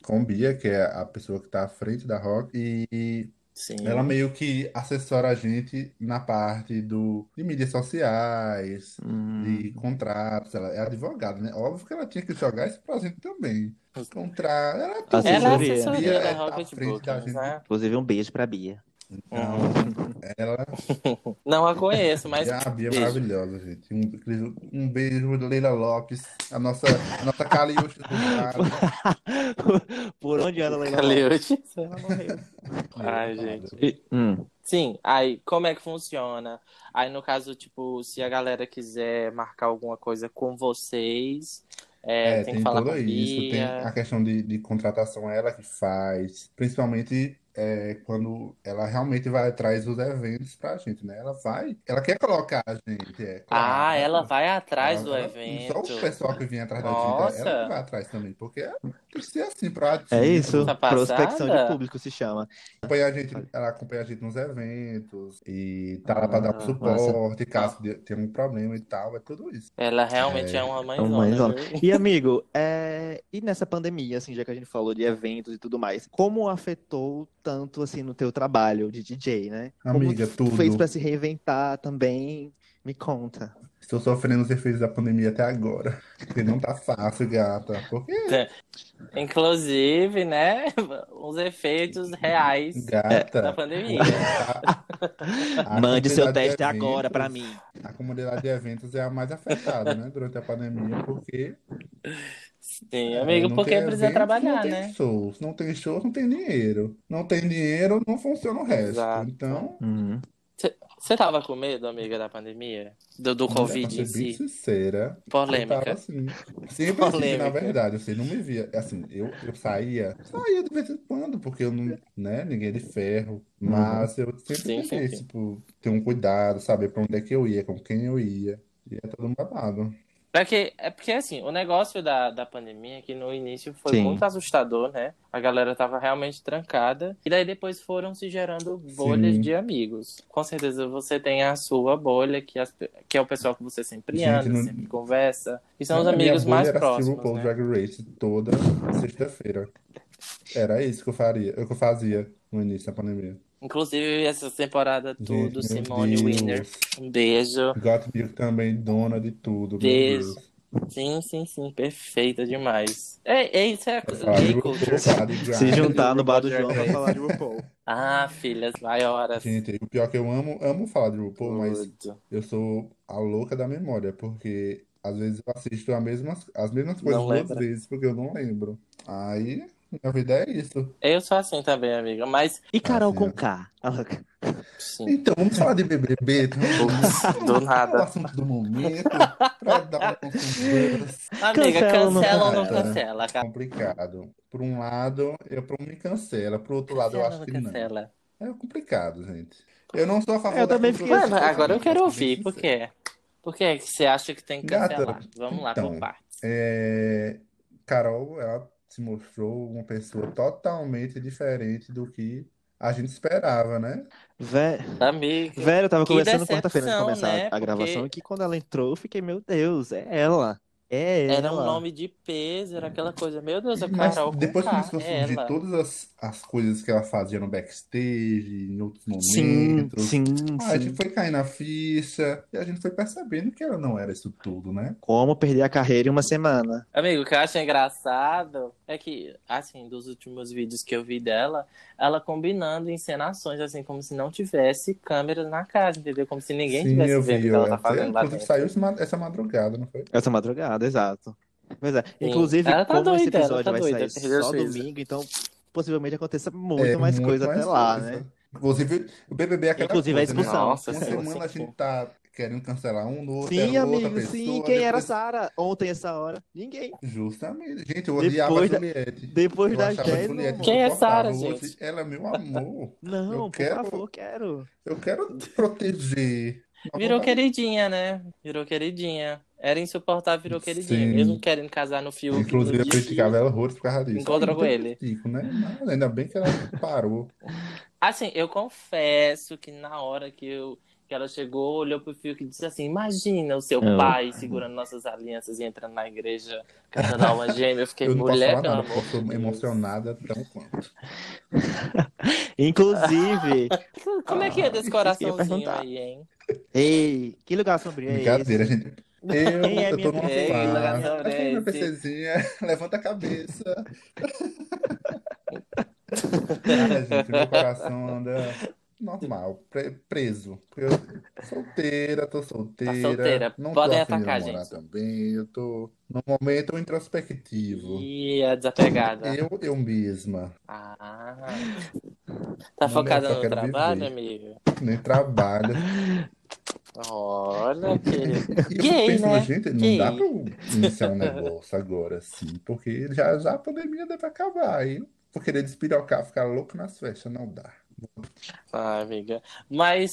Speaker 2: com Bia, que é a pessoa que tá à frente da Rock, e
Speaker 1: Sim.
Speaker 2: ela é meio que assessora a gente na parte do, de mídias sociais,
Speaker 1: Hum. Uhum.
Speaker 2: de contratos. Ela é advogada, né? Óbvio que ela tinha que jogar isso pra gente também. Contrato, era
Speaker 1: Ela
Speaker 2: tudo.
Speaker 1: é
Speaker 3: Assessoria.
Speaker 2: Bia
Speaker 1: assessoria
Speaker 2: é
Speaker 1: da
Speaker 2: à
Speaker 1: Rocket
Speaker 2: frente da
Speaker 1: Bookings,
Speaker 2: gente.
Speaker 1: né? Uhum.
Speaker 3: Inclusive, um beijo pra
Speaker 1: *laughs*
Speaker 3: Bia.
Speaker 2: Então, ela
Speaker 1: Não a conheço,
Speaker 2: *laughs*
Speaker 1: mas.
Speaker 2: a Bia é
Speaker 1: Beijo.
Speaker 2: maravilhosa, gente. Um, incrível- um beijo, Leila Lopes, a nossa, a nossa Caliúcha do Vale.
Speaker 3: Por onde ela Leila Lopes?
Speaker 1: Caliute.
Speaker 3: Ela morreu.
Speaker 1: Ai, gente.
Speaker 3: Hum.
Speaker 1: Sim, aí como é que funciona? Aí no caso, tipo, se a galera quiser marcar alguma coisa com vocês, é,
Speaker 2: É,
Speaker 1: tem
Speaker 2: tem
Speaker 1: que falar com
Speaker 2: tudo
Speaker 1: a
Speaker 2: isso, tem
Speaker 1: Bia.
Speaker 2: a questão de, de contratação, ela que faz, principalmente é, quando ela realmente vai atrás dos eventos pra gente, né? Ela vai, ela quer colocar a gente, é
Speaker 1: Ah,
Speaker 2: claro.
Speaker 1: ela vai atrás
Speaker 2: Ela-
Speaker 1: do
Speaker 2: ela- Só
Speaker 1: evento.
Speaker 2: o pessoal que vinha atrás da
Speaker 1: Nossa.
Speaker 2: gente, ela que vai atrás também, porque ela tem que ser assim, proativa.
Speaker 3: É isso.
Speaker 1: Tá passada?
Speaker 3: Prospecção de público se chama.
Speaker 2: Acompanha a gente, ela acompanha a gente nos eventos e tá lá pra dar um
Speaker 3: Ah,
Speaker 2: suporte, caso de- tenha um problema e tal, é tudo isso.
Speaker 1: Ela realmente é, uma
Speaker 3: É uma
Speaker 1: mãezona,
Speaker 3: mãezona.
Speaker 1: viu?
Speaker 3: E, amigo, é, e nessa pandemia, assim, já que a gente falou de eventos e tudo mais, como afetou tanto, assim, no teu trabalho de DJ, né?
Speaker 2: Amiga,
Speaker 3: como tu fez
Speaker 2: tudo.
Speaker 3: pra se reinventar também? Me conta.
Speaker 2: Estou sofrendo os efeitos da pandemia até agora. Porque não tá fácil, gata. Porque,
Speaker 1: Inclusive, né? *laughs* Os efeitos reais da tá
Speaker 2: gata,
Speaker 1: pandemia.
Speaker 2: a,
Speaker 3: Ah,
Speaker 2: a
Speaker 3: Mande seu
Speaker 2: comunidade
Speaker 3: teste
Speaker 2: de
Speaker 3: agora pra
Speaker 2: eventos-
Speaker 3: mim.
Speaker 2: A comunidade de eventos é a mais afetada, né? Durante a pandemia, porque
Speaker 1: Sim,
Speaker 2: é,
Speaker 1: amigo,
Speaker 2: não
Speaker 1: porque
Speaker 2: tem
Speaker 1: precisa
Speaker 2: eventos, não
Speaker 1: trabalhar,
Speaker 2: tem
Speaker 1: né?
Speaker 2: shows. Não tem shows, não tem dinheiro. Não tem dinheiro, não funciona o resto.
Speaker 1: Exato.
Speaker 2: Então,
Speaker 3: Hum.
Speaker 1: Você tava com medo, amiga, da pandemia? Do, do
Speaker 2: Olha, pra
Speaker 1: Covid em
Speaker 2: ser bem
Speaker 1: si?
Speaker 2: sincera, eu
Speaker 1: Polêmica.
Speaker 2: tava assim. Sempre estive, na
Speaker 1: Polêmica.
Speaker 2: verdade, assim, não me via. Assim, eu, eu saía, saía de vez em quando, porque eu não, né, ninguém é de ferro. Mas eu sempre
Speaker 1: Sim, sim,
Speaker 2: tentei,
Speaker 1: sim.
Speaker 2: tipo, ter um cuidado, saber pra onde é que eu ia, com quem eu ia. E é todo um babado.
Speaker 1: É que- é porque, assim, o negócio da, da pandemia, é que no início foi
Speaker 3: Sim.
Speaker 1: muito assustador, né? A galera tava realmente trancada. E daí depois foram se gerando bolhas
Speaker 2: Sim.
Speaker 1: de amigos. Com certeza você tem a sua bolha, que, as- que é o pessoal que você sempre
Speaker 2: Gente,
Speaker 1: anda,
Speaker 2: não-
Speaker 1: sempre conversa. E são os
Speaker 2: A minha
Speaker 1: amigos
Speaker 2: bolha
Speaker 1: mais
Speaker 2: era assistir
Speaker 1: próximos,
Speaker 2: RuPaul's
Speaker 1: né?
Speaker 2: Drag Race toda sexta-feira. Era isso que eu faria, que eu fazia no início da pandemia.
Speaker 1: Inclusive, essa temporada
Speaker 2: Gente,
Speaker 1: tudo,
Speaker 2: meu
Speaker 1: Simone Winner.
Speaker 2: Deus.
Speaker 1: Um beijo.
Speaker 2: Got Milk também, dona de tudo, meu
Speaker 1: Beijo.
Speaker 2: Deus.
Speaker 1: Sim, sim, sim. Perfeita demais. É, é isso é a
Speaker 2: Pra falar de
Speaker 1: gay
Speaker 2: RuPaul,
Speaker 1: culture.
Speaker 2: falar de
Speaker 3: Se
Speaker 2: drag.
Speaker 3: juntar no bar do
Speaker 1: Roger
Speaker 3: João pra
Speaker 1: Reis.
Speaker 3: falar de RuPaul.
Speaker 1: Ah, filhas, vai horas.
Speaker 2: Gente, o pior é que eu amo, amo falar de RuPaul, mas
Speaker 1: Tudo.
Speaker 2: eu sou a louca da memória, porque às vezes eu assisto a mesmas, as mesmas coisas
Speaker 1: Não
Speaker 2: duas
Speaker 1: lembra.
Speaker 2: vezes, porque eu não lembro. Aí, minha vida é isso.
Speaker 1: Eu sou assim também, amiga. Mas,
Speaker 3: E Carol
Speaker 2: Fazia.
Speaker 3: com K. A louca.
Speaker 1: sim.
Speaker 2: Então, vamos falar de
Speaker 1: *laughs*
Speaker 2: BBB também.
Speaker 1: Ups, do
Speaker 2: É o *laughs*
Speaker 1: nada.
Speaker 2: assunto do momento, pra dar
Speaker 1: *laughs*
Speaker 2: uma confusão.
Speaker 1: Amiga,
Speaker 3: Cancela ou não
Speaker 1: cancela ou não
Speaker 2: cancela?
Speaker 1: cancela, cara?
Speaker 2: Complicado. Por um lado, eu por um me cancela, por outro lado, eu
Speaker 1: Cancela ou
Speaker 2: acho
Speaker 1: não
Speaker 2: que não.
Speaker 1: cancela?
Speaker 2: É complicado, gente. Eu não sou a favor
Speaker 3: Eu
Speaker 2: da
Speaker 3: também
Speaker 2: cultura
Speaker 3: fiquei
Speaker 1: Vai,
Speaker 2: do
Speaker 1: vai, agora eu
Speaker 2: cancelamento,
Speaker 1: quero
Speaker 2: pra ser bem
Speaker 1: ouvir. Por
Speaker 2: sincero.
Speaker 1: quê? Por que que você acha que tem que cancelar?
Speaker 2: Gata,
Speaker 1: Vamos lá, por
Speaker 2: então,
Speaker 1: partes.
Speaker 2: é, Carol, ela se mostrou uma pessoa totalmente diferente do que a gente esperava, né?
Speaker 3: Vé...
Speaker 1: Amiga.
Speaker 3: Velho, eu tava
Speaker 1: Que
Speaker 3: conversando quarta-feira antes
Speaker 1: decepção,
Speaker 3: de começar
Speaker 1: né?
Speaker 3: a
Speaker 1: Porque-
Speaker 3: gravação e que quando ela entrou, eu fiquei, meu Deus, é ela. É
Speaker 1: Era um
Speaker 3: ela.
Speaker 1: nome de peso, era aquela coisa. Meu Deus, a
Speaker 2: Mas
Speaker 1: Carol com
Speaker 2: depois
Speaker 1: K,
Speaker 2: começou a
Speaker 1: é
Speaker 2: surgir
Speaker 1: ela.
Speaker 2: todas as, as coisas que ela fazia no backstage, em outros
Speaker 3: Sim,
Speaker 2: momentos.
Speaker 3: sim,
Speaker 2: Ah, a gente
Speaker 3: sim.
Speaker 2: foi cair na ficha e a gente foi percebendo que ela não era isso tudo, né?
Speaker 3: Como perder a carreira em uma semana?
Speaker 1: Amigo, o que eu acho engraçado é que, assim, dos últimos vídeos que eu vi dela, ela combinando encenações, assim, como se não tivesse câmeras na casa, entendeu? Como se ninguém
Speaker 2: Sim,
Speaker 1: tivesse
Speaker 2: eu
Speaker 1: vendo o
Speaker 2: vi.
Speaker 1: que ela
Speaker 2: Eu,
Speaker 1: tá fazendo lá
Speaker 2: inclusive,
Speaker 1: dentro.
Speaker 2: saiu esse ma- essa madrugada, não foi?
Speaker 3: Essa madrugada, exato. Pois é.
Speaker 1: Sim.
Speaker 3: Inclusive,
Speaker 1: Ela tá
Speaker 3: como esse
Speaker 1: doida, ela
Speaker 3: episódio
Speaker 1: tá
Speaker 3: vai
Speaker 1: doida,
Speaker 3: sair
Speaker 1: perdeu o
Speaker 3: só
Speaker 1: juízo.
Speaker 3: domingo, então possivelmente aconteça
Speaker 2: É,
Speaker 3: muito mais coisa até
Speaker 2: mais
Speaker 3: lá,
Speaker 2: coisa.
Speaker 3: né?
Speaker 2: Inclusive, o BBB é aquela
Speaker 3: Inclusive a
Speaker 2: coisa, né?
Speaker 3: expulsão.
Speaker 1: Nossa
Speaker 2: Uma
Speaker 1: senhora,
Speaker 2: semana a
Speaker 1: sim.
Speaker 2: gente tá querendo cancelar um no outro,
Speaker 3: Sim,
Speaker 2: era outra
Speaker 3: amigo, sim.
Speaker 2: pessoa,
Speaker 3: Quem era
Speaker 2: depois...
Speaker 3: Sara ontem, é essa hora? Ninguém.
Speaker 2: Justamente. Gente, eu odiava a
Speaker 3: Depois da-
Speaker 2: Juliette.
Speaker 3: Depois
Speaker 2: Eu
Speaker 3: das
Speaker 2: achava a
Speaker 3: 10, meu
Speaker 2: Juliette
Speaker 3: amor.
Speaker 1: Quem é Sara,
Speaker 2: insuportável. Hoje,
Speaker 1: gente?
Speaker 2: ela é
Speaker 3: *laughs*
Speaker 2: meu amor. Eu
Speaker 3: Não, por
Speaker 2: quero,
Speaker 3: favor, quero.
Speaker 2: eu quero proteger. Mas
Speaker 1: Virou
Speaker 2: não vai
Speaker 1: queridinha, né? Virou queridinha. Era insuportável, virou queridinha.
Speaker 2: Sim.
Speaker 1: Mesmo querendo casar no Fiuk, no
Speaker 2: Inclusive, eu
Speaker 1: Didi.
Speaker 2: criticava ela horrores por causa disso.
Speaker 1: Encontra
Speaker 2: Eu
Speaker 1: com ele.
Speaker 2: critico, né? Mas ainda bem que ela parou.
Speaker 1: Assim, eu confesso que na hora que eu que ela chegou, olhou pro Fiuk e disse assim: Imagina o seu
Speaker 3: Eu-
Speaker 1: pai segurando nossas alianças e entrando na igreja cantando
Speaker 2: *laughs*
Speaker 1: alma gêmea. Eu fiquei,
Speaker 2: Eu não posso
Speaker 1: mulher,
Speaker 2: falar
Speaker 1: pelo
Speaker 2: nada,
Speaker 1: amor.
Speaker 2: porque eu sou emocionada tão quanto.
Speaker 3: *laughs* Inclusive,
Speaker 1: Como é que
Speaker 2: *laughs*
Speaker 1: é desse
Speaker 3: Ah, isso que eu ia
Speaker 1: coraçãozinho
Speaker 3: perguntar.
Speaker 1: aí, hein?
Speaker 3: ei, que lugar sombrio é
Speaker 2: Brincadeira,
Speaker 3: esse?
Speaker 1: *laughs*
Speaker 2: gente. Eu,
Speaker 3: Quem é
Speaker 2: eu tô
Speaker 3: minha
Speaker 2: Tá numa
Speaker 1: Ei,
Speaker 2: fase.
Speaker 1: Lagadão,
Speaker 2: Aqui,
Speaker 1: né?
Speaker 2: minha princesinha, é. *laughs* levanta a cabeça.
Speaker 1: *laughs*
Speaker 2: Cara, É, gente, meu coração anda normal, pre- preso. Porque eu tô solteira, tô solteira.
Speaker 1: Tá solteira.
Speaker 2: Não tô
Speaker 1: Podem
Speaker 2: afim de
Speaker 1: atacar,
Speaker 2: namorar
Speaker 1: gente.
Speaker 2: também. Eu tô num momento introspectivo.
Speaker 1: E a desapegada.
Speaker 2: Eu, eu mesma.
Speaker 1: Ah. Tá
Speaker 2: Não, eu
Speaker 1: focada
Speaker 2: só
Speaker 1: no
Speaker 2: quero
Speaker 1: trabalho,
Speaker 2: viver.
Speaker 1: amiga?
Speaker 2: Nem né, trabalho.
Speaker 1: Olha que.
Speaker 2: *laughs* E eu
Speaker 1: Gay,
Speaker 2: fico pensando,
Speaker 1: né?
Speaker 2: gente, não
Speaker 1: Gay.
Speaker 2: dá pra eu iniciar um negócio agora, assim, porque já, já a pandemia deve acabar, aí vou querer despirocar, ficar louco nas festas, não dá.
Speaker 1: Ah, amiga. Mas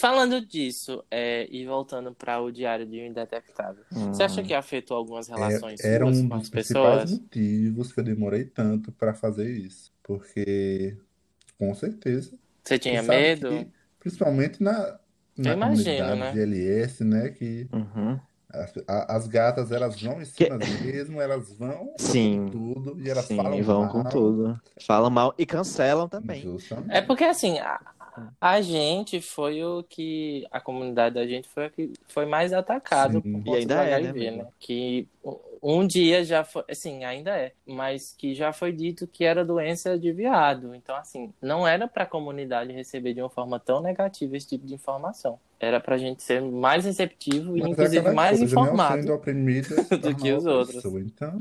Speaker 1: falando disso, é, e voltando para o Diário de um Indetectável, Hum. você acha que afetou algumas relações
Speaker 2: É, era
Speaker 1: suas
Speaker 2: um
Speaker 1: com as
Speaker 2: dos principais
Speaker 1: pessoas?
Speaker 2: motivos que eu demorei tanto pra fazer isso, porque, com certeza,
Speaker 1: Você
Speaker 2: tu
Speaker 1: tinha
Speaker 2: sabe
Speaker 1: medo?
Speaker 2: que, principalmente na, na
Speaker 1: imagino,
Speaker 2: comunidade
Speaker 1: né?
Speaker 2: GLS, né, que
Speaker 3: Uhum.
Speaker 2: as, a- as gatas, elas vão em
Speaker 3: Que-
Speaker 2: cima mesmo, elas vão com
Speaker 3: Sim,
Speaker 2: tudo, e elas
Speaker 3: sim,
Speaker 2: falam
Speaker 3: e vão com
Speaker 2: mal,
Speaker 3: tudo. Falam mal e cancelam também.
Speaker 1: É
Speaker 2: justamente.
Speaker 1: porque assim, a, a
Speaker 2: Hum.
Speaker 1: gente foi o que. A comunidade da gente foi a que foi mais atacado por
Speaker 2: Sim.
Speaker 3: E
Speaker 1: conta
Speaker 3: ainda
Speaker 1: do
Speaker 3: é, né,
Speaker 1: HIV, né?
Speaker 3: amigo?
Speaker 1: Que u- um dia já foi. Assim, ainda é. Mas que já foi dito que era doença de viado. Então, assim, não era pra comunidade receber de uma forma tão negativa esse tipo de informação. Era pra gente ser mais receptivo e,
Speaker 2: Mas é
Speaker 1: inclusive,
Speaker 2: aquela
Speaker 1: mais
Speaker 2: coisa, né? O sonho do
Speaker 1: informado. *laughs*
Speaker 2: oprimido é se
Speaker 1: do que
Speaker 2: tornar
Speaker 1: os outros.
Speaker 2: opressor. Então,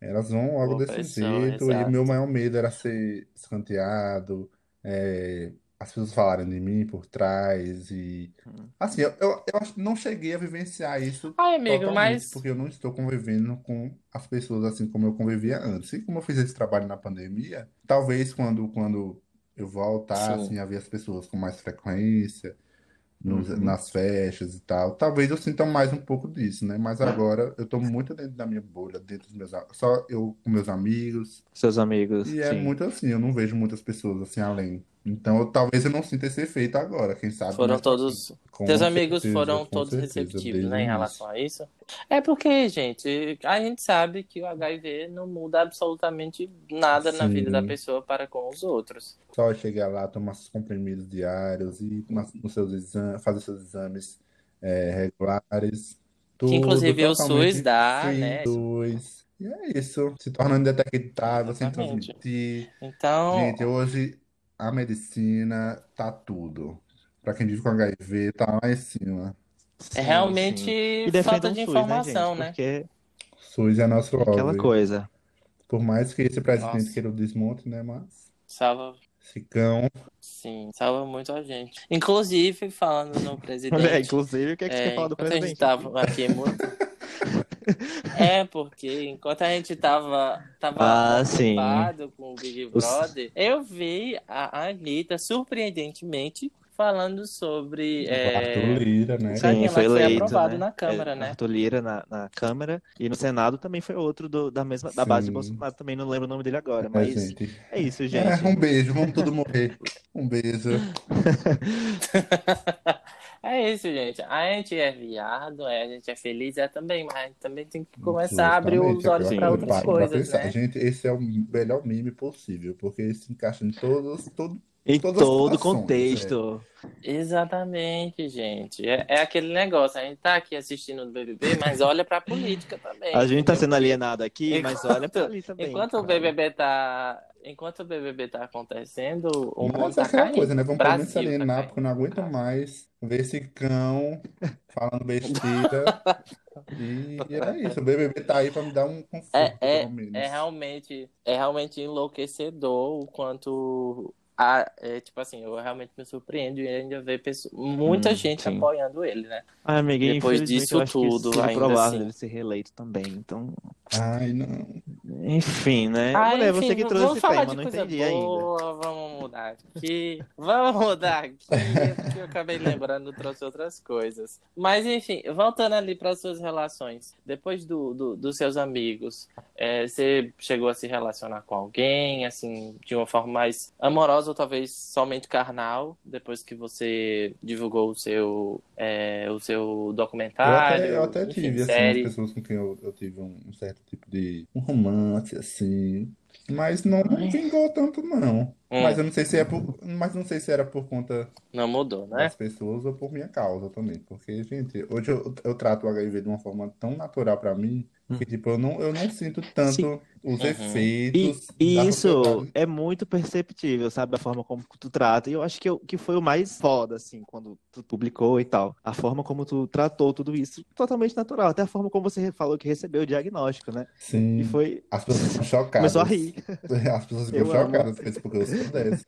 Speaker 2: elas vão logo desse
Speaker 1: Opressão,
Speaker 2: jeito. E
Speaker 1: exato.
Speaker 2: meu maior medo era ser escanteado, é, as pessoas falarem de mim por trás. E
Speaker 1: Hum.
Speaker 2: assim, eu, eu, eu acho- não cheguei a vivenciar isso
Speaker 1: Ai, amigo,
Speaker 2: totalmente,
Speaker 1: mas.
Speaker 2: porque eu não estou convivendo com as pessoas assim como eu convivia antes. E como eu fiz esse trabalho na pandemia, talvez quando, quando eu voltar
Speaker 1: Sim.
Speaker 2: assim, a ver as pessoas com mais frequência nos-
Speaker 3: Uhum.
Speaker 2: nas festas e tal. Talvez eu sinta mais um pouco disso, né? Mas agora eu tô muito dentro da minha bolha, dentro dos meus, a- só eu com meus amigos.
Speaker 3: Seus amigos,
Speaker 2: E é
Speaker 3: sim.
Speaker 2: muito assim, eu não vejo muitas pessoas assim além. Então, eu- talfois eu não sinta esse efeito agora, quem sabe
Speaker 1: Foram
Speaker 2: mais pra frente.
Speaker 1: todos. Teus
Speaker 2: Com
Speaker 1: amigos
Speaker 2: certeza,
Speaker 1: foram
Speaker 2: com
Speaker 1: todos
Speaker 2: certeza,
Speaker 1: receptivos,
Speaker 2: desde o
Speaker 1: né, em
Speaker 2: início.
Speaker 1: relação a isso? É porque, gente, a gente sabe que o HIV não muda absolutamente nada na vida da
Speaker 2: Sim,
Speaker 1: pessoa para com os outros.
Speaker 2: só chegar lá, tomar seus comprimidos diários e nas- nos seus exames, fazer seus exames é, regulares,
Speaker 1: Que,
Speaker 2: tudo
Speaker 1: inclusive, o SUS
Speaker 2: totalmente
Speaker 1: dá,
Speaker 2: sem
Speaker 1: né? Isso-
Speaker 2: SUS. E é isso, se tornando indetectável, sem
Speaker 1: Exatamente.
Speaker 2: transmitir.
Speaker 1: Então,
Speaker 2: Gente, hoje a medicina tá tudo. Pra quem vive com HIV, tá lá em
Speaker 1: é
Speaker 2: cima. assim,
Speaker 3: Sim, sim.
Speaker 1: realmente
Speaker 3: E
Speaker 1: falta
Speaker 3: defendam
Speaker 1: de
Speaker 3: o SUS, né, gente?
Speaker 1: informação, né?
Speaker 3: Porque
Speaker 2: SUS é nosso
Speaker 3: é aquela
Speaker 2: lobby.
Speaker 3: coisa.
Speaker 2: Por mais que esse presidente
Speaker 1: Nossa,
Speaker 2: queira o desmonte, né, mas
Speaker 1: salva.
Speaker 2: esse cão
Speaker 1: Sim, salva muito a gente. Inclusive, falando
Speaker 2: *laughs*
Speaker 1: no
Speaker 3: Olha,
Speaker 1: presidente,
Speaker 3: inclusive, o que *laughs* é que você quer
Speaker 1: é,
Speaker 3: falar do
Speaker 1: enquanto a gente
Speaker 3: presidente aqui?
Speaker 1: estava aqui muito.
Speaker 3: *laughs*
Speaker 1: É, porque enquanto a gente tava, tava
Speaker 3: Ah, sim.
Speaker 1: preocupado com o Big
Speaker 3: Os-
Speaker 1: Brother, eu vi a Anitta, surpreendentemente, falando sobre.
Speaker 2: Arthur
Speaker 1: É...
Speaker 2: Lira,
Speaker 1: Foi
Speaker 2: né?
Speaker 3: Sim,
Speaker 1: aquela
Speaker 3: foi
Speaker 1: que foi
Speaker 3: eleito,
Speaker 1: aprovado
Speaker 3: né?
Speaker 1: na
Speaker 3: É,
Speaker 1: Câmara, né?
Speaker 3: Arthur Lira na, na Câmara. E no Senado também foi outro do- da mesma da base de
Speaker 2: Sim,
Speaker 3: Bolsonaro. Também não lembro o nome dele agora,
Speaker 2: é,
Speaker 3: mas
Speaker 2: gente.
Speaker 3: é isso,
Speaker 2: É,
Speaker 3: gente.
Speaker 2: um beijo, vamos todo morrer. Um beijo.
Speaker 1: É isso, gente. A gente é viado, é, a gente é feliz, é também, mas a gente também tem que começar a abrir os
Speaker 2: Justamente, é
Speaker 1: olhos para
Speaker 2: pior quando eu
Speaker 3: Sim,
Speaker 1: outras
Speaker 2: paro pra
Speaker 1: coisas,
Speaker 2: pensar.
Speaker 1: né?
Speaker 2: Gente, esse é o melhor meme possível, porque ele se encaixa em todas, todo,
Speaker 3: Em
Speaker 2: todas as
Speaker 3: todo
Speaker 2: situações. É.
Speaker 3: contexto.
Speaker 1: Exatamente, gente. É, é aquele negócio, a gente tá aqui assistindo o BBB, mas olha pra política também,
Speaker 3: A gente tá
Speaker 1: entendeu?
Speaker 3: sendo alienado aqui, mas olha pra
Speaker 1: é. Enquanto,
Speaker 3: ali também,
Speaker 1: enquanto o
Speaker 3: cara.
Speaker 1: BBB tá, enquanto o BBB tá acontecendo, o mundo
Speaker 2: Mas é
Speaker 1: tá
Speaker 2: aquela
Speaker 1: caindo.
Speaker 2: coisa, né?
Speaker 1: O
Speaker 2: Vamos pelo menos
Speaker 1: Brasil
Speaker 2: se
Speaker 1: tá
Speaker 2: alienar, porque
Speaker 1: caindo,
Speaker 2: eu não
Speaker 1: no
Speaker 2: aguento
Speaker 1: caso.
Speaker 2: mais ver esse cão falando
Speaker 1: *laughs*
Speaker 2: besteira. E, e era isso. O BBB tá aí pra me dar um conforto,
Speaker 1: É,
Speaker 2: pelo
Speaker 1: é, é
Speaker 2: menos.
Speaker 1: realmente, é realmente enlouquecedor o quanto a, é, tipo assim, eu realmente me surpreendo e ainda ver pessoa- muita
Speaker 3: Hum,
Speaker 1: gente
Speaker 3: sim.
Speaker 1: apoiando ele, né?
Speaker 3: Ai, amiga,
Speaker 1: Depois
Speaker 3: infelizmente eu
Speaker 1: disso
Speaker 3: acho que
Speaker 1: tudo,
Speaker 3: seja
Speaker 1: ainda
Speaker 3: provável
Speaker 1: assim.
Speaker 3: dele ser reeleito também. Então,
Speaker 2: Ai, não.
Speaker 3: enfim, né?
Speaker 1: Ah,
Speaker 3: Mulher, você
Speaker 1: enfim,
Speaker 3: que
Speaker 1: v-
Speaker 3: trouxe
Speaker 1: vamos
Speaker 3: esse
Speaker 1: falar
Speaker 3: tema,
Speaker 1: de
Speaker 3: não
Speaker 1: coisa
Speaker 3: entendi ainda.
Speaker 1: boa, vamos mudar aqui. Vamos mudar aqui, é porque eu acabei lembrando, trouxe outras coisas. Mas enfim, voltando ali para suas relações, depois do, do- dos seus amigos, É, você chegou a se relacionar com alguém, assim, de uma forma mais amorosa ou talvez somente carnal, depois que você divulgou o seu, é, o seu
Speaker 2: Eu
Speaker 1: documentário,
Speaker 2: até, eu até
Speaker 1: enfim,
Speaker 2: tive, assim,
Speaker 1: série?
Speaker 2: pessoas com quem eu, eu tive um, um certo tipo de um romance, assim. Mas não
Speaker 1: Ai.
Speaker 2: vingou tanto, não.
Speaker 1: Hum.
Speaker 2: Mas eu não sei se é por, mas não sei se era por conta
Speaker 1: Não mudou, né?
Speaker 2: das pessoas ou por minha causa também. Porque, gente, hoje eu, eu trato o HIV de uma forma tão natural pra mim que, tipo, eu não, eu não sinto tanto
Speaker 3: Hum. Sim.
Speaker 2: os
Speaker 1: Uhum.
Speaker 3: E,
Speaker 2: efeitos
Speaker 3: e
Speaker 2: da
Speaker 3: isso
Speaker 2: sociedade.
Speaker 3: é muito perceptível, sabe? A forma como tu trata. E eu acho que, eu- que foi o mais foda, assim, quando tu publicou e tal. A forma como tu tratou tudo isso, totalmente natural. Até a forma como você falou que recebeu o diagnóstico, né? E
Speaker 2: Sim,
Speaker 3: foi.
Speaker 2: as pessoas ficam chocadas.
Speaker 3: Começou a rir.
Speaker 2: *laughs* As pessoas ficam
Speaker 3: Eu amo.
Speaker 2: chocadas com esse porque tipo, eu sou dessa.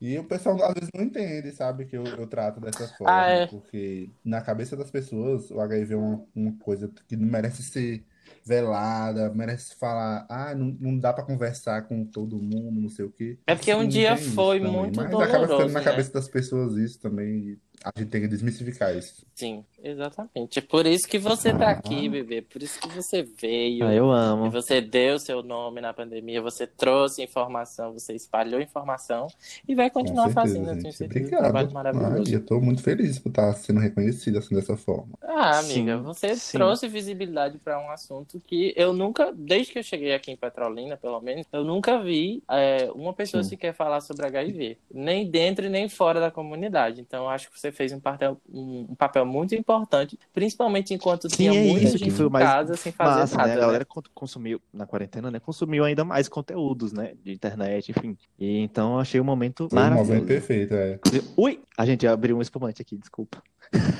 Speaker 2: E o pessoal às vezes não entende, sabe, que eu, eu trato dessa forma,
Speaker 1: Ah, é.
Speaker 2: porque na cabeça das pessoas o HIV é uma, uma coisa que não merece ser velada, merece falar, ah, não, não dá pra conversar com todo mundo, não sei o quê.
Speaker 1: É porque um
Speaker 2: Sim,
Speaker 1: dia
Speaker 2: tem isso
Speaker 1: foi
Speaker 2: também,
Speaker 1: muito
Speaker 2: mas acaba ficando
Speaker 1: doloroso,
Speaker 2: na
Speaker 1: né?
Speaker 2: cabeça das pessoas isso também, e a gente tem que desmistificar isso.
Speaker 1: Sim, exatamente. É por isso que você tá aqui,
Speaker 2: Ah.
Speaker 1: bebê. Por isso que você veio.
Speaker 3: Ah, eu
Speaker 1: E
Speaker 3: amo.
Speaker 1: você deu seu nome na pandemia, você trouxe informação, você espalhou informação e vai
Speaker 2: Com
Speaker 1: continuar
Speaker 2: certeza,
Speaker 1: fazendo, eu tenho
Speaker 2: gente.
Speaker 1: certeza, um
Speaker 2: Obrigado.
Speaker 1: trabalho
Speaker 2: Ai,
Speaker 1: maravilhoso.
Speaker 2: eu tô muito feliz por estar sendo reconhecido assim dessa forma.
Speaker 1: Ah, amiga,
Speaker 3: Sim,
Speaker 1: você
Speaker 3: sim.
Speaker 1: trouxe visibilidade para um assunto que eu nunca, desde que eu cheguei aqui em Petrolina, pelo menos, eu nunca vi é, uma pessoa
Speaker 2: Sim.
Speaker 1: sequer falar sobre HIV, nem dentro e nem fora da comunidade. Então, eu acho que você fez um papel, um, um papel muito importante, principalmente enquanto
Speaker 3: Sim,
Speaker 1: tinha
Speaker 3: é
Speaker 1: muita
Speaker 3: isso que
Speaker 1: gente
Speaker 3: foi o
Speaker 1: em
Speaker 3: mais
Speaker 1: casa sem fazer
Speaker 3: Massa, né?
Speaker 1: nada,
Speaker 3: A
Speaker 1: né?
Speaker 3: galera con- consumiu, na quarentena, né? Consumiu ainda mais conteúdos, né? De internet, enfim. E então eu achei um momento
Speaker 2: Foi um momento
Speaker 3: maravilhoso.
Speaker 2: perfeito, é.
Speaker 3: Ui! A gente abriu um espumante aqui, desculpa.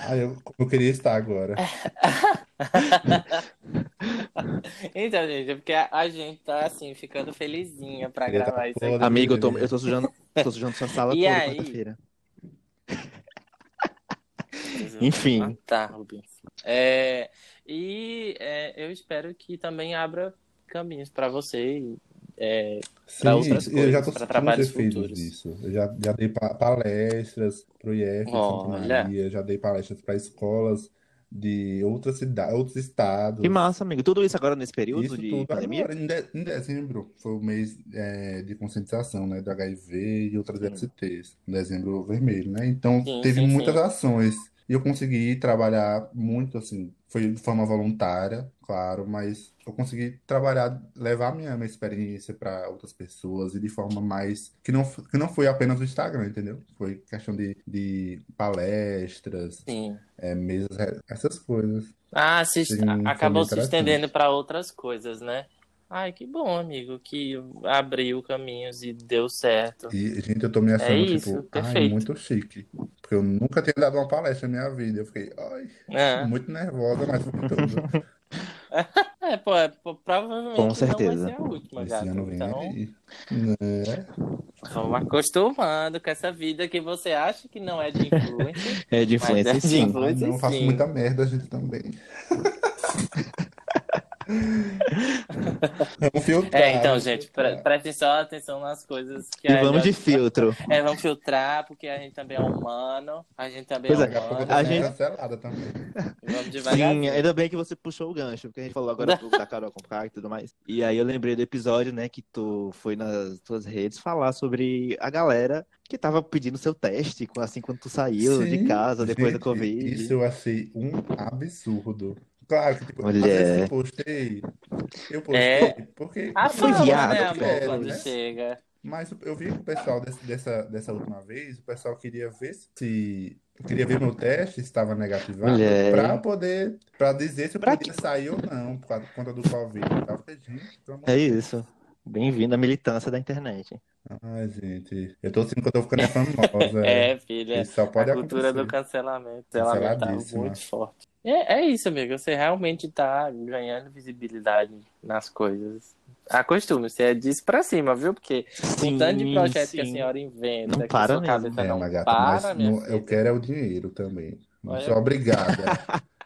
Speaker 2: Ah, eu, eu queria estar agora.
Speaker 1: Então, gente, é porque a, a gente tá assim, ficando felizinha pra
Speaker 2: Queria estar
Speaker 1: gravar isso
Speaker 2: toda
Speaker 1: aqui.
Speaker 3: Amigo, eu tô,
Speaker 2: feliz.
Speaker 3: eu tô *laughs* sujando, tô sujando sua sala
Speaker 1: E
Speaker 3: toda
Speaker 1: aí?
Speaker 3: quarta-feira. Enfim.
Speaker 1: Ah, tá, Rubinho. É, e é, eu espero que também abra caminhos pra você. e, É,
Speaker 2: Sim,
Speaker 1: pra outras
Speaker 2: isso, eu já
Speaker 1: coisas, pra
Speaker 2: tô sentindo os
Speaker 1: trabalhos
Speaker 2: efeitos
Speaker 1: futuros.
Speaker 2: disso. Eu já, já dei pa- palestras pro IF de Santa
Speaker 1: Olha.
Speaker 2: Maria, já dei palestras para escolas de outras cidades, outros estados.
Speaker 3: Que massa, amigo. Tudo isso agora nesse período
Speaker 2: Isso
Speaker 3: de
Speaker 2: tudo
Speaker 3: pandemia?
Speaker 2: agora, em, de- em dezembro, foi o mês é, de conscientização, né, do HIV e outras
Speaker 3: Sim.
Speaker 2: DSTs, dezembro vermelho, né? Então,
Speaker 1: Sim,
Speaker 2: teve
Speaker 1: sim,
Speaker 2: muitas
Speaker 1: sim.
Speaker 2: ações e eu consegui trabalhar muito, assim, foi de forma voluntária, claro, mas eu consegui trabalhar, levar a minha, minha experiência para outras pessoas e de forma mais, que não, f- que não foi apenas o Instagram, entendeu? Foi questão de, de palestras,
Speaker 1: Sim.
Speaker 2: é, mesas, é, essas coisas.
Speaker 1: Ah, se, est- a-
Speaker 2: Sim, foi bem
Speaker 1: acabou se estendendo
Speaker 2: interessante.
Speaker 1: pra outras coisas, né? Ai, que bom, amigo, que abriu caminhos e deu certo.
Speaker 2: E, gente, eu tô me
Speaker 1: É
Speaker 2: achando,
Speaker 1: isso,
Speaker 2: tipo, ai,
Speaker 1: perfeito.
Speaker 2: muito chique. Porque eu nunca tinha dado uma palestra na minha vida. Eu fiquei, ai,
Speaker 1: É.
Speaker 2: muito nervosa, mas fui toda.
Speaker 1: *laughs* É, pô, é, pô, provavelmente
Speaker 3: Com
Speaker 1: não vai
Speaker 3: certeza.
Speaker 1: ser a última,
Speaker 2: Esse
Speaker 1: gato.
Speaker 2: ano vem é
Speaker 1: Então,
Speaker 2: aí. Né?
Speaker 1: vamos acostumando com essa vida que você acha que não é de
Speaker 3: *laughs*
Speaker 1: influencer,
Speaker 3: É de
Speaker 1: mas é
Speaker 3: influência,
Speaker 1: de
Speaker 3: sim.
Speaker 2: Ah,
Speaker 1: influencer
Speaker 2: não, eu faço
Speaker 1: sim.
Speaker 2: muita merda,
Speaker 1: *laughs*
Speaker 2: gente, também. Vamos
Speaker 1: É,
Speaker 2: filtrar,
Speaker 1: então,
Speaker 2: vamos
Speaker 1: gente, pre
Speaker 2: filtrar.
Speaker 1: prestem só atenção nas coisas que
Speaker 3: E
Speaker 1: a
Speaker 3: vamos de
Speaker 1: gente...
Speaker 3: filtro.
Speaker 1: É, vamos filtrar, porque a gente também é humano, a gente também é
Speaker 3: Pois é,
Speaker 2: Daqui a pouco eu tô
Speaker 3: a
Speaker 1: humano,
Speaker 2: sendo
Speaker 3: gente-
Speaker 1: né?
Speaker 2: cancelada também.
Speaker 1: Vamos
Speaker 3: Sim, é
Speaker 1: devagarzinho.
Speaker 3: ainda bem que você puxou o gancho, porque a gente falou agora há pouco da Carol com K e tudo mais. E aí eu lembrei do episódio, né, que tu foi nas tuas redes falar sobre a galera que tava pedindo seu teste, com- assim, quando tu saiu de
Speaker 2: Sim,
Speaker 3: casa depois da
Speaker 2: gente, isso
Speaker 3: Covid.
Speaker 2: eu achei um absurdo. Claro que, tipo, às vezes eu
Speaker 3: Mulher.
Speaker 2: postei, eu postei
Speaker 1: É.
Speaker 2: porque
Speaker 1: A
Speaker 2: eu
Speaker 1: fama,
Speaker 2: faço o
Speaker 3: Foi
Speaker 1: né,
Speaker 2: que eu
Speaker 3: viado,
Speaker 1: amor,
Speaker 2: quero,
Speaker 1: quando
Speaker 2: né?
Speaker 1: chega.
Speaker 2: Mas eu vi que o pessoal desse- dessa, dessa última vez, o pessoal queria ver se queria ver meu teste se estava negativado para
Speaker 3: Mulher.
Speaker 2: poder para dizer se eu
Speaker 3: Pra
Speaker 2: podia
Speaker 3: quê?
Speaker 2: sair ou não por causa- por conta do Covid e tal. Eu falei, Gente, pelo amor
Speaker 3: É
Speaker 2: de
Speaker 3: isso. Bem-vindo à militância da internet.
Speaker 2: Deus. Ai, gente, eu tô sentindo que eu tô ficando famosa. é.
Speaker 1: É, filha.
Speaker 2: Isso só
Speaker 1: A
Speaker 2: pode
Speaker 1: cultura do
Speaker 2: acontecer.
Speaker 1: cancelamento. Cancelamento tá
Speaker 2: Canceladíssima.
Speaker 1: muito forte. É, é isso, amigo. Você realmente tá ganhando visibilidade nas coisas. Acostume, você é disso pra cima, viu? Porque o
Speaker 3: Sim,
Speaker 1: tanto de projeto que a
Speaker 3: sim.
Speaker 1: senhora inventa,
Speaker 3: Não
Speaker 1: que a
Speaker 3: para
Speaker 1: sua
Speaker 3: mesmo.
Speaker 1: cabeça
Speaker 2: É,
Speaker 1: não
Speaker 2: mas gata,
Speaker 1: para,
Speaker 2: mas
Speaker 1: minha
Speaker 2: não- eu
Speaker 1: filha.
Speaker 2: quero é o dinheiro também. Não sou
Speaker 1: Olha,
Speaker 2: obrigada.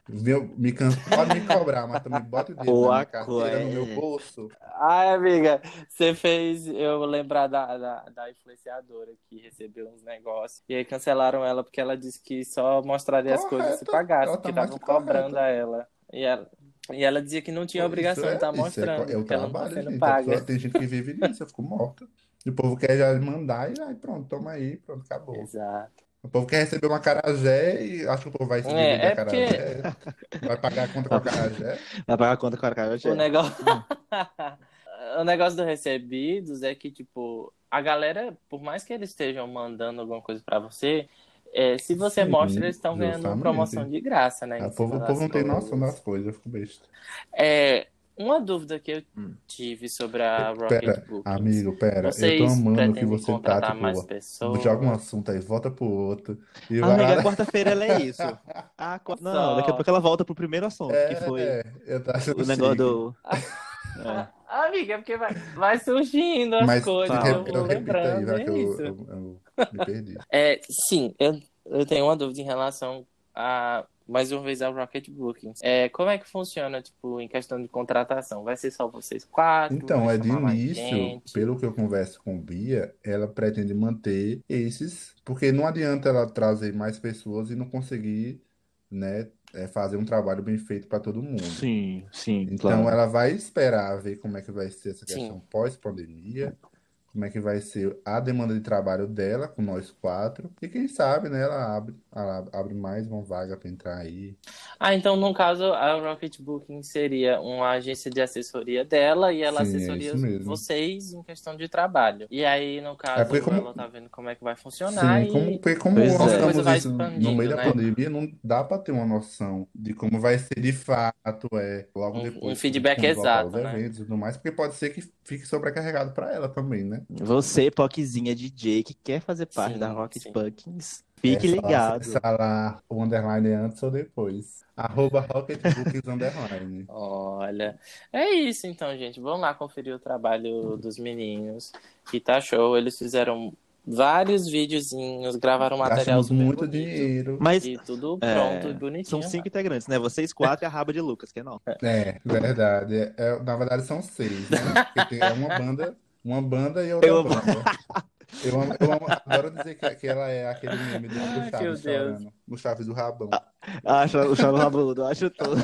Speaker 2: Meu, me, can- pode me cobrar, mas também bota o dinheiro
Speaker 3: Ou
Speaker 2: na
Speaker 3: a
Speaker 2: minha carteira, no meu
Speaker 3: coé.
Speaker 2: bolso.
Speaker 1: Ai, amiga, você fez eu lembrar da, da, da influenciadora que recebeu uns negócios e aí cancelaram ela porque ela disse que só mostraria as coisas se
Speaker 2: Correta.
Speaker 1: pagasse,
Speaker 2: Ela tá
Speaker 1: porque
Speaker 2: mais
Speaker 1: estavam
Speaker 2: que
Speaker 1: cobrando
Speaker 2: correta.
Speaker 1: a ela. E ela, E ela dizia que não tinha
Speaker 2: Isso
Speaker 1: obrigação de
Speaker 2: é-
Speaker 1: estar
Speaker 2: isso é-
Speaker 1: mostrando,
Speaker 2: é o
Speaker 1: que ela não tá
Speaker 2: trabalho,
Speaker 1: sendo
Speaker 2: gente. A
Speaker 1: paga.
Speaker 2: pessoa- tem gente que vive disso, eu fico morta. E o povo quer já mandar e aí pronto, toma aí, pronto, acabou.
Speaker 1: Exato.
Speaker 2: O povo quer receber uma acarajé e acha que o povo vai se
Speaker 1: É,
Speaker 2: viver
Speaker 1: é porque-
Speaker 2: de acarajé, vai pagar a conta com
Speaker 1: *laughs*
Speaker 2: acarajé.
Speaker 3: Vai pagar a conta com a cara
Speaker 1: O
Speaker 3: cheia.
Speaker 1: negócio... *laughs* o negócio dos recebidos é que, tipo, a galera, por mais que eles estejam mandando alguma coisa pra você, é, se você
Speaker 2: Sim,
Speaker 1: mostra, eles estão ganhando
Speaker 2: justamente.
Speaker 1: uma promoção de graça, né?
Speaker 2: Ah,
Speaker 1: em
Speaker 2: O povo,
Speaker 1: cima
Speaker 2: o povo não
Speaker 1: das
Speaker 2: tem
Speaker 1: coisas.
Speaker 2: noção das coisas, eu fico besta.
Speaker 1: É, uma dúvida que eu
Speaker 3: Hum.
Speaker 1: tive sobre a
Speaker 2: Pera,
Speaker 1: Rocket Bookings.
Speaker 2: Amigo, pera, eu
Speaker 1: Vocês
Speaker 2: tô amando que
Speaker 1: pretendem
Speaker 2: você tá,
Speaker 1: contratar
Speaker 2: tipo,
Speaker 1: mais pessoas?
Speaker 2: joga um assunto aí, volta pro outro. E
Speaker 3: Ah,
Speaker 2: vai
Speaker 3: amiga,
Speaker 2: lá- né?
Speaker 3: quarta-feira ela
Speaker 2: *laughs*
Speaker 3: é isso. Ah, qua- Não,
Speaker 1: Só.
Speaker 3: daqui a pouco ela volta pro primeiro assunto, que foi
Speaker 2: É, eu tô achando
Speaker 3: o negócio
Speaker 2: chique. *laughs*
Speaker 3: do. É.
Speaker 1: Ah, amiga, é porque vai, vai surgindo as
Speaker 2: Mas
Speaker 1: coisas,
Speaker 3: tá.
Speaker 2: re-
Speaker 1: eu vou
Speaker 2: repita aí,
Speaker 1: lembrando,
Speaker 2: vai que
Speaker 1: é
Speaker 2: eu,
Speaker 1: isso.
Speaker 2: eu- eu me perdi.
Speaker 1: É, sim, eu, eu tenho uma dúvida em relação a, mais uma vez, ao Rocket Bookings. É, como é que funciona, tipo, em questão de contratação? Vai ser só vocês quatro?
Speaker 2: Então,
Speaker 1: vai
Speaker 2: é de
Speaker 1: chamar mais
Speaker 2: início,
Speaker 1: gente?
Speaker 2: pelo que eu converso com Bia, ela pretende manter esses, porque não adianta ela trazer mais pessoas e não conseguir, né, é, fazer um trabalho bem feito para todo mundo.
Speaker 3: Sim, sim,
Speaker 2: Então
Speaker 3: claro.
Speaker 2: ela vai esperar ver como é que vai ser essa
Speaker 1: Sim.
Speaker 2: questão pós-pandemia, como é que vai ser a demanda de trabalho dela com nós quatro. E quem sabe, né, ela abre, ela abre mais uma vaga para entrar aí.
Speaker 1: Ah, então, no caso, a Rocket Booking seria uma agência de assessoria dela e ela
Speaker 2: Sim, é
Speaker 1: assessoria
Speaker 2: isso mesmo.
Speaker 1: vocês em questão de trabalho. E aí, no caso,
Speaker 2: É porque como-
Speaker 1: ela tá vendo como é que vai funcionar
Speaker 2: Sim,
Speaker 1: e...
Speaker 2: como, porque como
Speaker 3: Pois
Speaker 2: nós
Speaker 3: é.
Speaker 1: Essa coisa
Speaker 2: estamos
Speaker 1: vai
Speaker 2: isso no
Speaker 1: expandindo,
Speaker 2: meio da
Speaker 1: né?
Speaker 2: pandemia, não dá para ter uma noção de como vai ser de fato, é, logo
Speaker 1: Um- um
Speaker 2: depois,
Speaker 1: feedback
Speaker 2: quando voltar os
Speaker 1: exato, né?
Speaker 2: eventos e tudo mais, porque pode ser que fique sobrecarregado para ela também, né?
Speaker 3: Você, Pockzinha DJ, que quer fazer parte
Speaker 1: Sim,
Speaker 3: da Rocket
Speaker 1: sim.
Speaker 3: Puckins, fique
Speaker 2: É, falar-
Speaker 3: ligado.
Speaker 2: falar o underline antes ou depois. Arroba Rocketbooks *laughs* underline.
Speaker 1: Olha, é isso então, gente. Vamos lá conferir o trabalho dos meninos, que tá show. Eles fizeram vários videozinhos, gravaram material
Speaker 2: Gastamos
Speaker 1: super
Speaker 2: muito
Speaker 1: bonito,
Speaker 2: dinheiro.
Speaker 3: Mas
Speaker 1: E tudo
Speaker 3: É,
Speaker 1: pronto e bonitinho.
Speaker 3: são cinco integrantes, né? Vocês quatro e a raba de Lucas, que é não.
Speaker 2: É, verdade. É, é, na verdade são seis, né? Porque tem- é uma banda, uma banda e outra
Speaker 3: Eu amo.
Speaker 2: banda. Eu amo, eu amo- adoro dizer que, que ela é aquele meme do, do
Speaker 1: Ai,
Speaker 2: Chaves
Speaker 1: meu Deus.
Speaker 2: chorando. No Chaves do Rabão.
Speaker 3: Acho Ah, o Chavo Rabudo, acho tudo.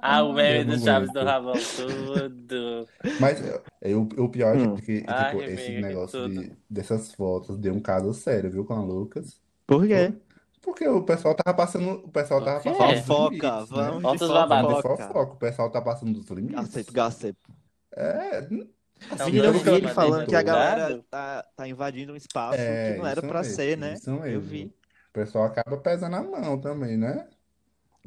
Speaker 1: Ah, o meme
Speaker 2: Eu não
Speaker 1: do Chaves do
Speaker 2: aguento.
Speaker 1: Rabão, tudo.
Speaker 2: Mas é, é, o, o pior é que, que, tipo,
Speaker 1: Hum. Ai,
Speaker 2: esse
Speaker 1: amiga, que
Speaker 2: negócio
Speaker 1: tudo.
Speaker 2: de, dessas fotos deu um caso sério, viu, com a Lucas.
Speaker 3: Por quê?
Speaker 2: Porque o pessoal tava passando, o pessoal tava
Speaker 1: Por quê?
Speaker 2: passando dos
Speaker 3: Fofoca,
Speaker 2: limites, né?
Speaker 3: vamos de
Speaker 1: Altos
Speaker 3: fofoca.
Speaker 2: Vamos de
Speaker 3: fofoca.
Speaker 2: fofoca, o pessoal tá passando dos limites.
Speaker 3: Gossip, gossip.
Speaker 2: É, n-
Speaker 1: Então,
Speaker 2: assim,
Speaker 3: Menina, eu
Speaker 1: dois
Speaker 3: vi ele
Speaker 1: programas
Speaker 3: falando que a
Speaker 1: dentro do
Speaker 3: galera
Speaker 1: dado.
Speaker 3: tá, tá invadindo um espaço
Speaker 2: É,
Speaker 3: que não era
Speaker 2: isso
Speaker 3: pra
Speaker 2: mesmo,
Speaker 3: ser, né?
Speaker 2: isso
Speaker 3: Eu
Speaker 2: mesmo.
Speaker 3: vi.
Speaker 2: O pessoal acaba pesando a mão também, né?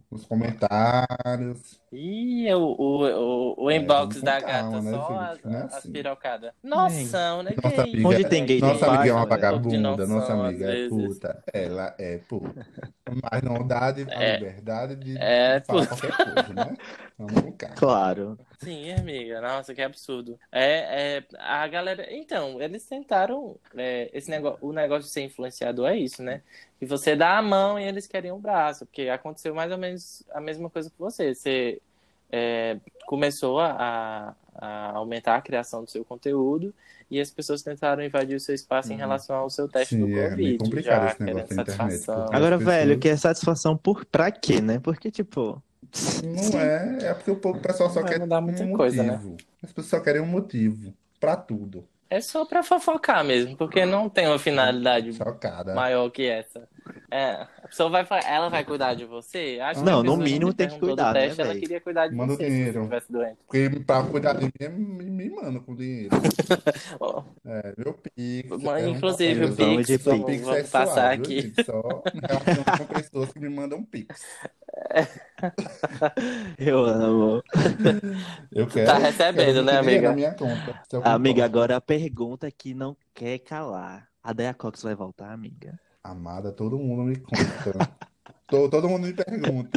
Speaker 2: Nos comentários.
Speaker 1: Ih, é o, o, o, o
Speaker 2: É,
Speaker 1: inbox
Speaker 2: vamos com
Speaker 1: da
Speaker 2: calma,
Speaker 1: gata,
Speaker 2: né,
Speaker 1: só
Speaker 2: gente?
Speaker 1: as,
Speaker 2: Não é
Speaker 1: as
Speaker 2: assim.
Speaker 1: pirocadas. Noção, né?
Speaker 2: Nossa
Speaker 1: Que
Speaker 2: amiga-
Speaker 1: isso,
Speaker 3: Onde
Speaker 1: né,
Speaker 3: tem gay,
Speaker 1: gente?
Speaker 2: Nossa amiga é uma
Speaker 1: Um pouco de
Speaker 2: vagabunda, nossa
Speaker 1: noção, às
Speaker 2: amiga é
Speaker 1: vezes.
Speaker 2: puta. Ela é puta. Mas não dá de- a
Speaker 1: É.
Speaker 2: liberdade de
Speaker 1: É,
Speaker 2: falar qualquer coisa, né? Vamos com calma.
Speaker 3: Claro.
Speaker 1: Sim, amiga. Nossa, que absurdo. É, é, a galera. Então, eles tentaram. é, esse negócio, o negócio de ser influenciador é isso, né? Que você dá a mão e eles querem o braço. Porque aconteceu mais ou menos a mesma coisa com você. Você é, começou a, a aumentar a criação do seu conteúdo e as pessoas tentaram invadir o seu espaço em
Speaker 3: Uhum.
Speaker 1: relação ao seu teste
Speaker 2: Sim,
Speaker 1: do
Speaker 2: é meio
Speaker 1: Covid.
Speaker 2: complicado
Speaker 1: já
Speaker 2: esse negócio
Speaker 1: querendo
Speaker 2: da internet,
Speaker 1: satisfação.
Speaker 2: porque-
Speaker 3: Agora,
Speaker 2: As
Speaker 3: velho,
Speaker 2: pessoas-
Speaker 3: que é satisfação por pra quê, né? Porque, tipo.
Speaker 2: Não é, é porque o povo- o pessoal só
Speaker 1: Não vai
Speaker 2: quer
Speaker 1: mudar
Speaker 2: um
Speaker 1: muita
Speaker 2: motivo.
Speaker 1: coisa, né?
Speaker 2: As pessoas só querem um motivo pra tudo.
Speaker 1: É só pra fofocar mesmo, porque não tem uma finalidade
Speaker 2: Chocada.
Speaker 1: maior que essa. É, a pessoa vai, fa- ela vai cuidar de você? Acho que
Speaker 3: Não,
Speaker 1: a
Speaker 3: no
Speaker 1: pessoa que
Speaker 3: mínimo
Speaker 1: te
Speaker 3: tem que
Speaker 1: perguntou do
Speaker 3: cuidar, né,
Speaker 1: teste, ela
Speaker 3: véi?
Speaker 1: queria cuidar de
Speaker 2: Manda o
Speaker 1: você se
Speaker 2: dinheiro.
Speaker 1: você estivesse doente.
Speaker 2: Porque pra cuidar de mim é me mimando com dinheiro.
Speaker 1: Ó,
Speaker 2: É, meu Pix.
Speaker 1: mas,
Speaker 2: é um
Speaker 1: inclusive, o
Speaker 2: papel.
Speaker 3: vamos de
Speaker 1: Pix, vamos,
Speaker 2: Pix é
Speaker 1: vamos
Speaker 2: suave,
Speaker 1: passar
Speaker 2: viu,
Speaker 1: aqui.
Speaker 2: gente? Só em relação com pessoas que me mandam Pix.
Speaker 3: *laughs* Eu
Speaker 2: é
Speaker 3: amo.
Speaker 2: Eu quero.
Speaker 1: Tá recebendo, né,
Speaker 2: quero
Speaker 1: amiga?
Speaker 2: dinheiro Na minha conta. se eu
Speaker 3: Amiga,
Speaker 2: concordo.
Speaker 3: agora a pergunta é que não quer calar. A Dea Cox vai voltar, amiga?
Speaker 2: Amada, todo mundo me conta. To- todo mundo me pergunta.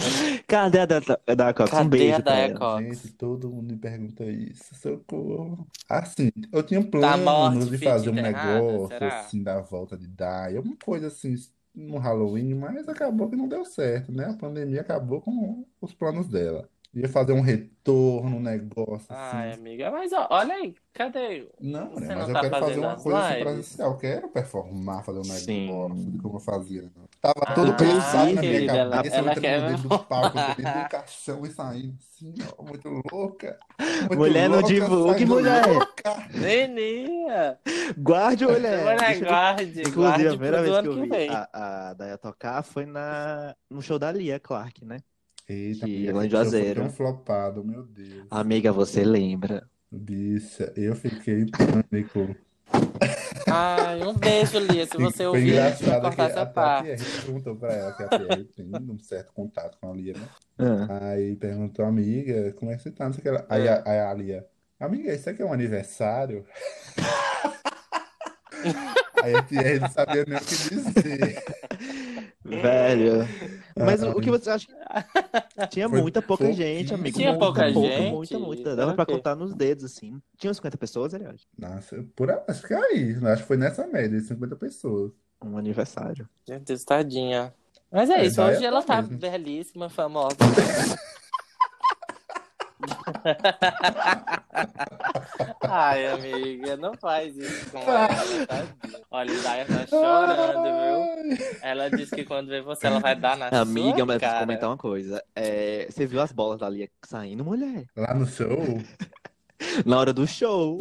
Speaker 3: Cadê a Dea, Dea Cox?
Speaker 1: Cadê
Speaker 3: um beijo
Speaker 1: a
Speaker 3: pra
Speaker 1: Dea
Speaker 3: ela.
Speaker 1: Cox?
Speaker 2: Gente, todo mundo me pergunta isso, socorro. Assim, eu tinha
Speaker 1: Tá morte,
Speaker 2: planos de
Speaker 1: fit,
Speaker 2: fazer um
Speaker 1: enterrada,
Speaker 2: negócio
Speaker 1: será?
Speaker 2: assim da volta de Dai, alguma coisa assim no Halloween, mas acabou que não deu certo, né? A pandemia acabou com os planos dela. Ia fazer um retorno, um negócio
Speaker 1: Ai,
Speaker 2: assim.
Speaker 1: amiga, mas ó, olha aí, cadê?
Speaker 2: Não, mulher,
Speaker 1: Você
Speaker 2: mas
Speaker 1: não
Speaker 2: eu
Speaker 1: tá
Speaker 2: quero fazer
Speaker 1: fazendo
Speaker 2: uma
Speaker 1: as
Speaker 2: coisa assim
Speaker 1: lives?
Speaker 2: presencial. Eu quero performar, fazer um negócio
Speaker 3: Sim.
Speaker 2: do que eu fazia. Tava todo
Speaker 3: Ah,
Speaker 2: pensado na minha
Speaker 1: querida, ela-
Speaker 2: cabeça, eu
Speaker 1: ela
Speaker 2: entrando
Speaker 1: quer
Speaker 2: dentro do
Speaker 1: *laughs*
Speaker 2: palco, eu tendo educação e saindo assim, ó, muito louca. Muito
Speaker 3: Mulher não
Speaker 2: louca,
Speaker 3: divulgue,
Speaker 2: saindo
Speaker 3: mulher. é?
Speaker 2: louca.
Speaker 1: Menina!
Speaker 3: Guarde,
Speaker 2: É.
Speaker 3: mulher!
Speaker 1: Olha,
Speaker 3: Deixa eu-
Speaker 1: guarde,
Speaker 3: *laughs* Inclusive, a
Speaker 1: guarde
Speaker 3: primeira
Speaker 1: pro
Speaker 3: vez que
Speaker 1: ano
Speaker 3: eu
Speaker 1: que
Speaker 3: vi
Speaker 1: vem.
Speaker 2: Ah.
Speaker 3: a, a Daya tocar foi na, no show da Lia Clark, né?
Speaker 2: Eita,
Speaker 3: Que
Speaker 2: mulher, aquele show
Speaker 3: ela é
Speaker 2: foi
Speaker 3: Juazeiro.
Speaker 2: tão flopado, meu Deus.
Speaker 3: Amiga, você lembra?
Speaker 2: Bicha, eu fiquei em pânico.
Speaker 1: Ai, um beijo, Lia, se você
Speaker 2: Foi
Speaker 1: ouvir, deixa eu
Speaker 2: engraçado que
Speaker 1: cortar essa
Speaker 2: a, a
Speaker 1: parte.
Speaker 2: Pierre perguntou pra ela que a Pierre tem um certo contato com a Lia, né?
Speaker 3: Ah.
Speaker 2: Aí perguntou, amiga, como é que você tá? Não sei o que ela... Aí a, aí a Lia, amiga, isso aqui é um aniversário? *laughs* Aí a Pierre não sabia nem o que dizer.
Speaker 1: É.
Speaker 3: Velho. Mas o, o que você acha que.
Speaker 1: *laughs*
Speaker 3: Tinha
Speaker 2: Ah. Foi
Speaker 3: muita pouca
Speaker 2: pouquíssimo.
Speaker 3: gente, amigo.
Speaker 1: Tinha
Speaker 3: muita,
Speaker 1: pouca
Speaker 3: pouca,
Speaker 1: gente?
Speaker 3: Muita, muita.
Speaker 1: Era
Speaker 3: Dava pra
Speaker 1: o quê?
Speaker 3: contar nos dedos, assim. Tinha uns 50 pessoas, aliás.
Speaker 2: Nossa, por, acho que é aí, acho que foi nessa média, 50 pessoas.
Speaker 3: Um aniversário.
Speaker 1: Meu Deus, tadinha. Mas é
Speaker 2: É,
Speaker 1: isso,
Speaker 2: daí
Speaker 1: hoje
Speaker 2: é
Speaker 1: ela
Speaker 2: bom
Speaker 1: tá
Speaker 2: mesmo.
Speaker 1: belíssima, famosa. *laughs* Ai, amiga, não faz isso com ela, tadinha. Olha, o Daya tá chorando,
Speaker 2: viu?
Speaker 1: viu? Ela disse que quando vê você, ela vai dar na
Speaker 3: Amiga,
Speaker 1: sua
Speaker 3: mas preciso
Speaker 1: cara.
Speaker 3: comentar uma coisa. É, você viu as bolas da Lia saindo, mulher?
Speaker 2: Lá no show,
Speaker 3: Na hora do show.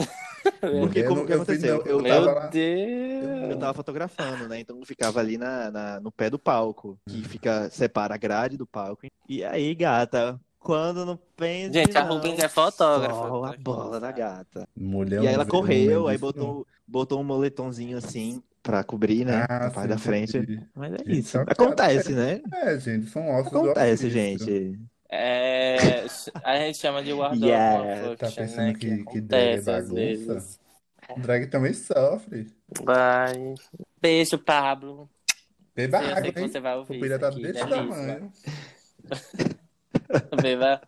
Speaker 3: Porque
Speaker 2: Mulher,
Speaker 3: como
Speaker 2: não-
Speaker 3: que
Speaker 2: eu fui,
Speaker 3: aconteceu?
Speaker 2: não,
Speaker 3: Eu,
Speaker 2: eu
Speaker 1: Meu
Speaker 2: tava lá.
Speaker 1: Deus!
Speaker 3: *laughs* Eu tava fotografando, né? Então eu ficava ali na, na- no pé do palco, que fica, separa a grade do palco. E aí, gata, quando não pensa.
Speaker 1: Gente, a
Speaker 3: não,
Speaker 1: Rubens é fotógrafa.
Speaker 3: Só a bola da gata.
Speaker 2: mulher,
Speaker 3: e
Speaker 2: eu
Speaker 3: aí
Speaker 2: não
Speaker 3: ela
Speaker 2: vejo
Speaker 3: correu,
Speaker 2: nenhum
Speaker 3: aí
Speaker 2: disso, não.
Speaker 3: botou, botou um moletomzinho assim pra cobrir, né?
Speaker 2: Ah,
Speaker 3: na parte da
Speaker 2: sim,
Speaker 3: frente.
Speaker 2: entendi.
Speaker 3: Mas é
Speaker 2: Gente,
Speaker 3: isso.
Speaker 2: só que-
Speaker 3: Acontece, né?
Speaker 2: É, gente, são ossos do
Speaker 3: Acontece,
Speaker 2: ofício.
Speaker 3: gente.
Speaker 1: É, a gente chama de wardrobe
Speaker 3: Yeah,
Speaker 2: Tá
Speaker 1: malfunction,
Speaker 2: pensando
Speaker 1: né?
Speaker 2: que, que drag é
Speaker 1: acontece às
Speaker 2: bagunça?
Speaker 1: vezes.
Speaker 2: Drag também sofre.
Speaker 1: Vai. Beijo, Pablo.
Speaker 2: Beba
Speaker 1: eu sei
Speaker 2: água,
Speaker 1: é que
Speaker 2: hein?
Speaker 1: você
Speaker 3: é um
Speaker 1: vai
Speaker 2: O
Speaker 1: ouvir
Speaker 2: filho
Speaker 1: isso
Speaker 2: tá
Speaker 1: aqui,
Speaker 2: desse
Speaker 3: né?
Speaker 1: delícia.
Speaker 2: tamanho.
Speaker 1: Beba.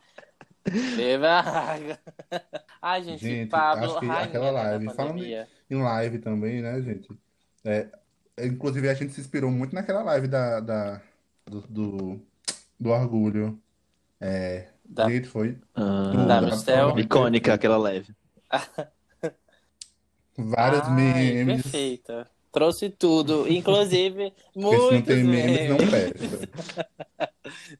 Speaker 1: Beba água. *laughs* Ai, gente,
Speaker 2: Gente,
Speaker 1: Pablo,
Speaker 2: acho que
Speaker 1: rainha
Speaker 2: aquela
Speaker 1: né, da
Speaker 2: live, falando
Speaker 1: pandemia.
Speaker 2: Em live também, né, gente? É, é, inclusive, a gente se inspirou muito naquela live da, da- do, do, do orgulho. É,
Speaker 1: Da-
Speaker 2: gente, foi
Speaker 3: Ah,
Speaker 2: tudo.
Speaker 1: Da
Speaker 2: a
Speaker 1: Mistel?
Speaker 2: forma que foi
Speaker 3: icônica aquela leve.
Speaker 2: feito. Vários
Speaker 1: Ai,
Speaker 2: memes.
Speaker 1: perfeita. Trouxe tudo, inclusive
Speaker 2: Porque se não
Speaker 1: muitos
Speaker 2: tem memes, não
Speaker 1: memes. *laughs*
Speaker 2: presta.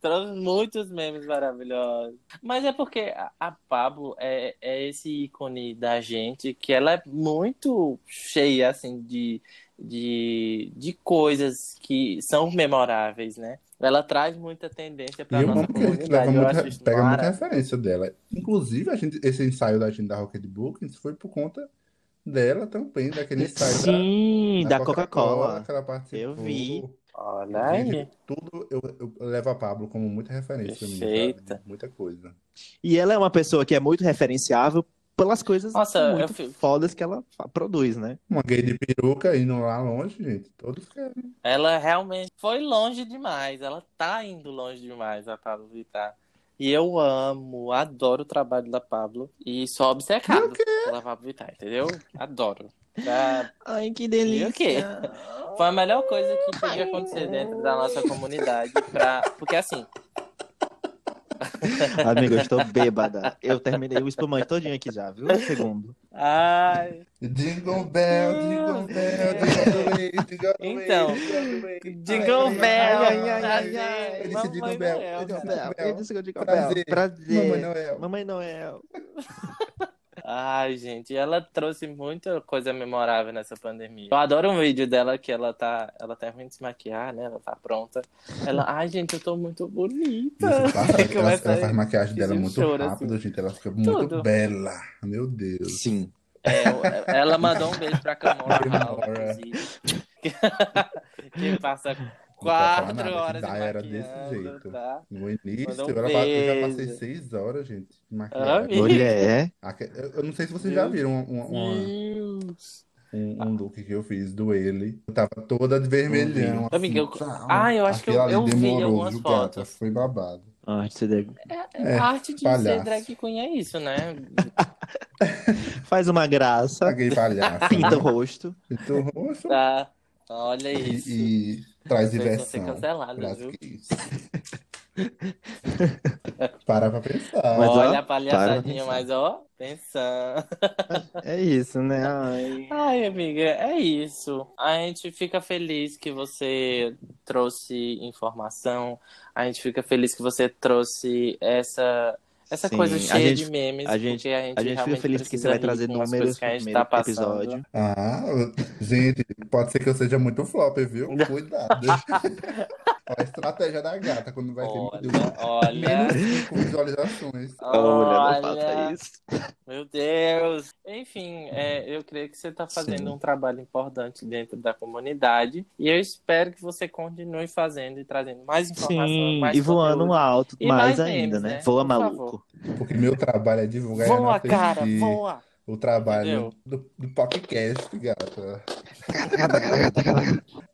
Speaker 1: Trouxe muitos memes maravilhosos. Mas é porque a, a Pablo é, é esse ícone da gente que ela é muito cheia, assim, de, de, de coisas que são memoráveis, né? Ela traz muita tendência
Speaker 2: E é
Speaker 1: pra
Speaker 2: eu
Speaker 1: nossa
Speaker 2: amo que a gente
Speaker 1: comunidade.
Speaker 2: leva
Speaker 1: Eu
Speaker 2: muita-
Speaker 1: acho isso
Speaker 2: né? pega muita
Speaker 1: maravilhoso.
Speaker 2: referência dela. Inclusive, a gente, esse ensaio da gente da Rocket Bookings foi por conta dela também, daquele ensaio da-
Speaker 3: Sim, da, Coca-Cola.
Speaker 2: que ela participou.
Speaker 3: Eu vi.
Speaker 1: Olha aí.
Speaker 2: Gente, tudo eu, eu levo a Pablo como muita referência minha, sabe?
Speaker 1: Perfeita.
Speaker 2: Muita coisa.
Speaker 3: E ela é uma pessoa que é muito referenciável pelas coisas
Speaker 1: Nossa,
Speaker 3: muito
Speaker 1: eu fi-
Speaker 3: fodas que ela fa- produz, né?
Speaker 2: Uma gay de peruca indo lá longe, gente. Todos querem.
Speaker 1: Ela realmente foi longe demais. Ela tá indo longe demais, a Pablo Vittar. E eu amo, adoro o trabalho da Pablo. E sou obcecado pela Pablo Vittar, entendeu? Adoro. Tá?
Speaker 3: Ai, que
Speaker 1: E o quê? Foi a melhor coisa que podia acontecer dentro da nossa comunidade. Pra... Porque assim,
Speaker 3: Amigo, eu estou bêbada. Eu terminei o espumante todinho aqui já, viu? Um segundo.
Speaker 1: ai,
Speaker 2: Jingle bell, jingle bell, jingle
Speaker 1: *laughs*
Speaker 2: way, jingle way,
Speaker 1: Ah. Então,
Speaker 2: jingle way.
Speaker 1: Jingle
Speaker 2: Ai,
Speaker 1: Bell,
Speaker 2: ai, ai,
Speaker 1: ai,
Speaker 2: ai,
Speaker 1: ai,
Speaker 2: Ele
Speaker 1: Mamãe
Speaker 2: se jingle bell, Então,
Speaker 1: Noel.
Speaker 2: ele se jingle
Speaker 3: Bel,
Speaker 2: bell.
Speaker 3: eu disse que eu digo
Speaker 2: Prazer.
Speaker 3: Bel. Prazer.
Speaker 2: Mamãe é. Noel.
Speaker 3: Mamãe Noel.
Speaker 1: Ai, gente, ela trouxe muita coisa memorável nessa pandemia. Eu adoro um vídeo dela que ela tá, ela tá ruim de se maquiar, né? Ela tá pronta. Ela, ai, gente, eu tô muito bonita.
Speaker 2: *laughs* Isso, passa,
Speaker 1: Aí
Speaker 2: ela,
Speaker 1: tá começa
Speaker 2: ela faz
Speaker 1: aí.
Speaker 2: maquiagem dela
Speaker 1: Esse
Speaker 2: muito
Speaker 1: choro, assim.
Speaker 2: rápido, gente. Ela fica
Speaker 1: Tudo.
Speaker 2: muito bela. Meu
Speaker 1: *laughs*
Speaker 2: Deus.
Speaker 3: Sim.
Speaker 1: É, eu- ela mandou um beijo pra Camila Hall,
Speaker 2: Camora.
Speaker 1: inclusive. *laughs* que passa
Speaker 2: falar
Speaker 1: quatro
Speaker 2: nada, que
Speaker 1: horas se
Speaker 2: Dai era desse
Speaker 1: maquiando,
Speaker 2: jeito.
Speaker 1: tá?
Speaker 2: No início,
Speaker 1: Mandou um
Speaker 2: eu, era, eu já passei
Speaker 1: beijo.
Speaker 2: seis horas, gente, de
Speaker 1: Ah,
Speaker 2: maquiagem.
Speaker 1: vi.
Speaker 3: Mulher. é.
Speaker 2: Aque- Eu eu não sei se vocês já
Speaker 1: Meu
Speaker 2: viram uma- uma-
Speaker 1: Deus.
Speaker 2: um,
Speaker 1: Ah.
Speaker 2: um look que eu fiz do ele. Eu tava toda de vermelhão. assim,
Speaker 1: Amiga, eu-
Speaker 2: tal.
Speaker 1: Ah, eu acho que
Speaker 2: Aquilo
Speaker 1: eu-
Speaker 2: ali
Speaker 1: eu vi
Speaker 2: demorou,
Speaker 1: algumas
Speaker 2: viu, gata?
Speaker 1: fotos.
Speaker 2: Foi babado.
Speaker 3: Ah, você deve-
Speaker 1: É,
Speaker 2: É,
Speaker 1: a arte de ser
Speaker 2: palhaço.
Speaker 1: drag queen é isso, né?
Speaker 3: Faz uma graça.
Speaker 2: Paguei palhaço.
Speaker 3: Pinta o
Speaker 2: né?
Speaker 3: rosto.
Speaker 2: Pinta o rosto
Speaker 1: Tá. Olha isso.
Speaker 2: e, e traz
Speaker 1: Vocês vão ser
Speaker 2: diversão.
Speaker 1: cancelados, viu?
Speaker 2: Quase que isso. Parar pra pensar.
Speaker 3: Mas, ó,
Speaker 1: Olha a
Speaker 3: para pra
Speaker 1: palhaçadinha,
Speaker 3: pensar.
Speaker 1: mas ó, pensando.
Speaker 3: É isso, né? Ai.
Speaker 1: *laughs* Ai, amiga, é isso. A gente fica feliz que você trouxe informação. A gente fica feliz que você trouxe essa, essa
Speaker 3: Sim,
Speaker 1: coisa
Speaker 3: a
Speaker 1: cheia
Speaker 3: gente-
Speaker 1: de memes.
Speaker 3: a gente-
Speaker 1: porque a gente,
Speaker 3: A gente fica
Speaker 1: realmente
Speaker 3: feliz que você
Speaker 1: precisa
Speaker 3: vai
Speaker 1: rir
Speaker 3: trazer
Speaker 1: com as coisas
Speaker 3: números no
Speaker 1: que a gente
Speaker 3: primeiro
Speaker 1: tá passando.
Speaker 3: episódio.
Speaker 2: Ah, gente, pode ser que eu seja muito flop, viu? Cuidado. a estratégia da gata quando vai ter menos-
Speaker 1: Olha, olha,
Speaker 2: menos 5 visualizações.
Speaker 3: Olha, não
Speaker 1: olha.
Speaker 3: faça isso.
Speaker 1: Meu Deus! Enfim, é, eu creio que você está fazendo
Speaker 3: Sim.
Speaker 1: um trabalho importante dentro da comunidade e eu espero que você continue fazendo e trazendo mais informação,
Speaker 3: Sim,
Speaker 1: mais
Speaker 3: e voando
Speaker 1: conteúdo.
Speaker 3: alto,
Speaker 1: E
Speaker 3: mais
Speaker 1: mais
Speaker 3: ainda,
Speaker 1: memes,
Speaker 3: né?
Speaker 1: né?
Speaker 3: Voa
Speaker 1: Por
Speaker 3: maluco.
Speaker 2: Porque meu trabalho é divulgar e
Speaker 1: Voa,
Speaker 2: enaltecer
Speaker 1: cara, voa!
Speaker 2: o trabalho do, do podcast, gata.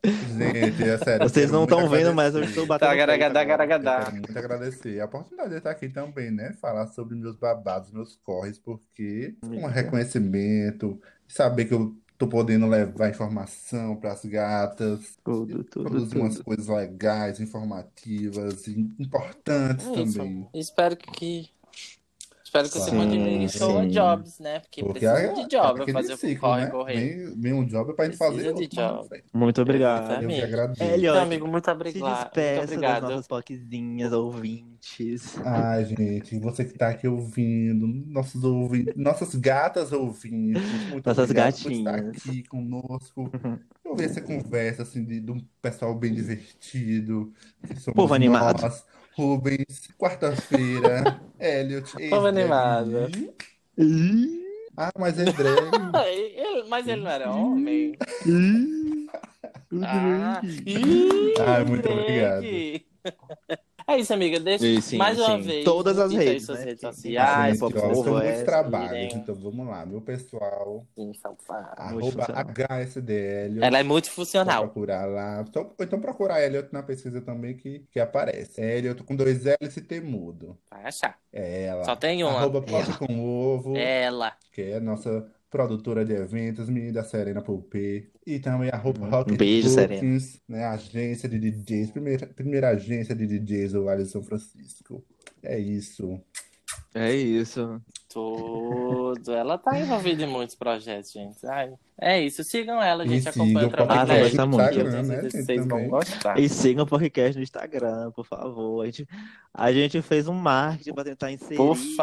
Speaker 2: Gente, é sério.
Speaker 3: Vocês
Speaker 2: quero
Speaker 3: não
Speaker 2: muito
Speaker 3: estão vendo,
Speaker 2: agradecer.
Speaker 3: mas eu estou batendo.
Speaker 1: Tagaragadá,
Speaker 3: peito agora.
Speaker 1: garagadá.
Speaker 2: Eu quero muito agradecer a oportunidade de estar aqui também, né? Falar sobre meus babados, meus corres, porque um reconhecimento, saber que eu tô podendo levar informação para as gatas,
Speaker 3: Tudo, tudo,
Speaker 2: produzir umas
Speaker 3: tudo.
Speaker 2: coisas legais, informativas, e importantes
Speaker 1: É isso.
Speaker 2: também.
Speaker 1: Espero que. Espero que você
Speaker 2: Sim,
Speaker 1: continue show
Speaker 3: sim.
Speaker 1: jobs, né? Porque,
Speaker 2: Porque
Speaker 1: precisa
Speaker 2: é-
Speaker 1: de
Speaker 2: é
Speaker 1: job pra
Speaker 2: aquele
Speaker 1: fazer o
Speaker 2: ciclo,
Speaker 1: corre
Speaker 2: né?
Speaker 1: correr.
Speaker 2: Vem, vem um job pra gente
Speaker 1: Precisa
Speaker 2: fazer
Speaker 1: de
Speaker 2: outro mais na
Speaker 1: job.
Speaker 2: frente.
Speaker 3: Muito obrigado.
Speaker 1: Exatamente.
Speaker 2: Eu que agradeço.
Speaker 3: Elliot,
Speaker 1: Então, amigo, muito
Speaker 3: se
Speaker 1: obrigado. Muito
Speaker 3: despeça das
Speaker 1: obrigado.
Speaker 3: nossas poquezinhas, ouvintes.
Speaker 2: Ai, gente, você que tá aqui ouvindo, nossos ouvintes, nossas gatas ouvintes, muito
Speaker 3: Nossas
Speaker 2: obrigado por estar
Speaker 3: gatinhas.
Speaker 2: aqui
Speaker 3: *laughs*
Speaker 2: conosco. Eu vi essa conversa assim de, de um pessoal bem divertido, que somos
Speaker 3: Povo animado.
Speaker 2: nós, Rubens,
Speaker 3: *laughs*
Speaker 2: quarta-feira, Elliot,
Speaker 1: Povo
Speaker 2: ex-drag
Speaker 1: animado.
Speaker 2: Lee. Ah, mas é
Speaker 3: *laughs*
Speaker 2: drag.
Speaker 1: Ah, ele- mas ele não era homem. Ah,
Speaker 2: Ai,
Speaker 1: Ih,
Speaker 2: Ah, muito
Speaker 1: drag. É isso, amiga. Deixa
Speaker 3: Sim, sim,
Speaker 1: mais uma
Speaker 3: sim.
Speaker 1: vez.
Speaker 3: Todas as
Speaker 1: indica aí
Speaker 3: redes,
Speaker 1: suas
Speaker 3: né?
Speaker 1: redes
Speaker 3: Quem- quem tá
Speaker 1: sociais.
Speaker 2: Gente,
Speaker 3: Por
Speaker 2: ó,
Speaker 1: vocês
Speaker 2: são
Speaker 3: favor,
Speaker 1: curtirem.
Speaker 2: muitos
Speaker 3: é,
Speaker 2: trabalhos, então vamos lá, meu pessoal.
Speaker 1: Então, fala.
Speaker 2: Arroba
Speaker 3: Multifuncional.
Speaker 2: HSDL.
Speaker 1: Ela é
Speaker 2: Só
Speaker 1: multifuncional.
Speaker 2: procurar lá. Então, então procurar Elliot na pesquisa também que, que aparece. É Elliot com dois L's e T mudo.
Speaker 1: Vai achar.
Speaker 2: É ela.
Speaker 1: Só tem uma. É.
Speaker 2: Arroba
Speaker 3: Ela.
Speaker 2: Pop com Ovo,
Speaker 1: Ela.
Speaker 2: que é a nossa produtora de eventos, menina da Serena Poupê. E também arroba Rocket
Speaker 3: Um beijo, Serena.
Speaker 2: Bookings, né? Agência de DJs, primeira, primeira agência de DJs do Vale de São Francisco. É isso.
Speaker 3: *laughs* É isso.
Speaker 1: Tudo. Ela tá envolvida em muitos projetos, gente. Ai, é isso. Sigam ela,
Speaker 2: E
Speaker 1: gente. Acompanha
Speaker 2: sigam
Speaker 1: o trabalho
Speaker 3: qualquer coisa
Speaker 1: dela.
Speaker 3: no
Speaker 1: Eu
Speaker 2: Instagram,
Speaker 1: tenho
Speaker 2: né,
Speaker 1: certeza que
Speaker 2: gente,
Speaker 1: vocês vão
Speaker 2: também.
Speaker 1: gostar.
Speaker 3: E sigam o podcast no Instagram, por favor. A gente, a gente fez um marketing para tentar inserir
Speaker 1: Por
Speaker 3: nosso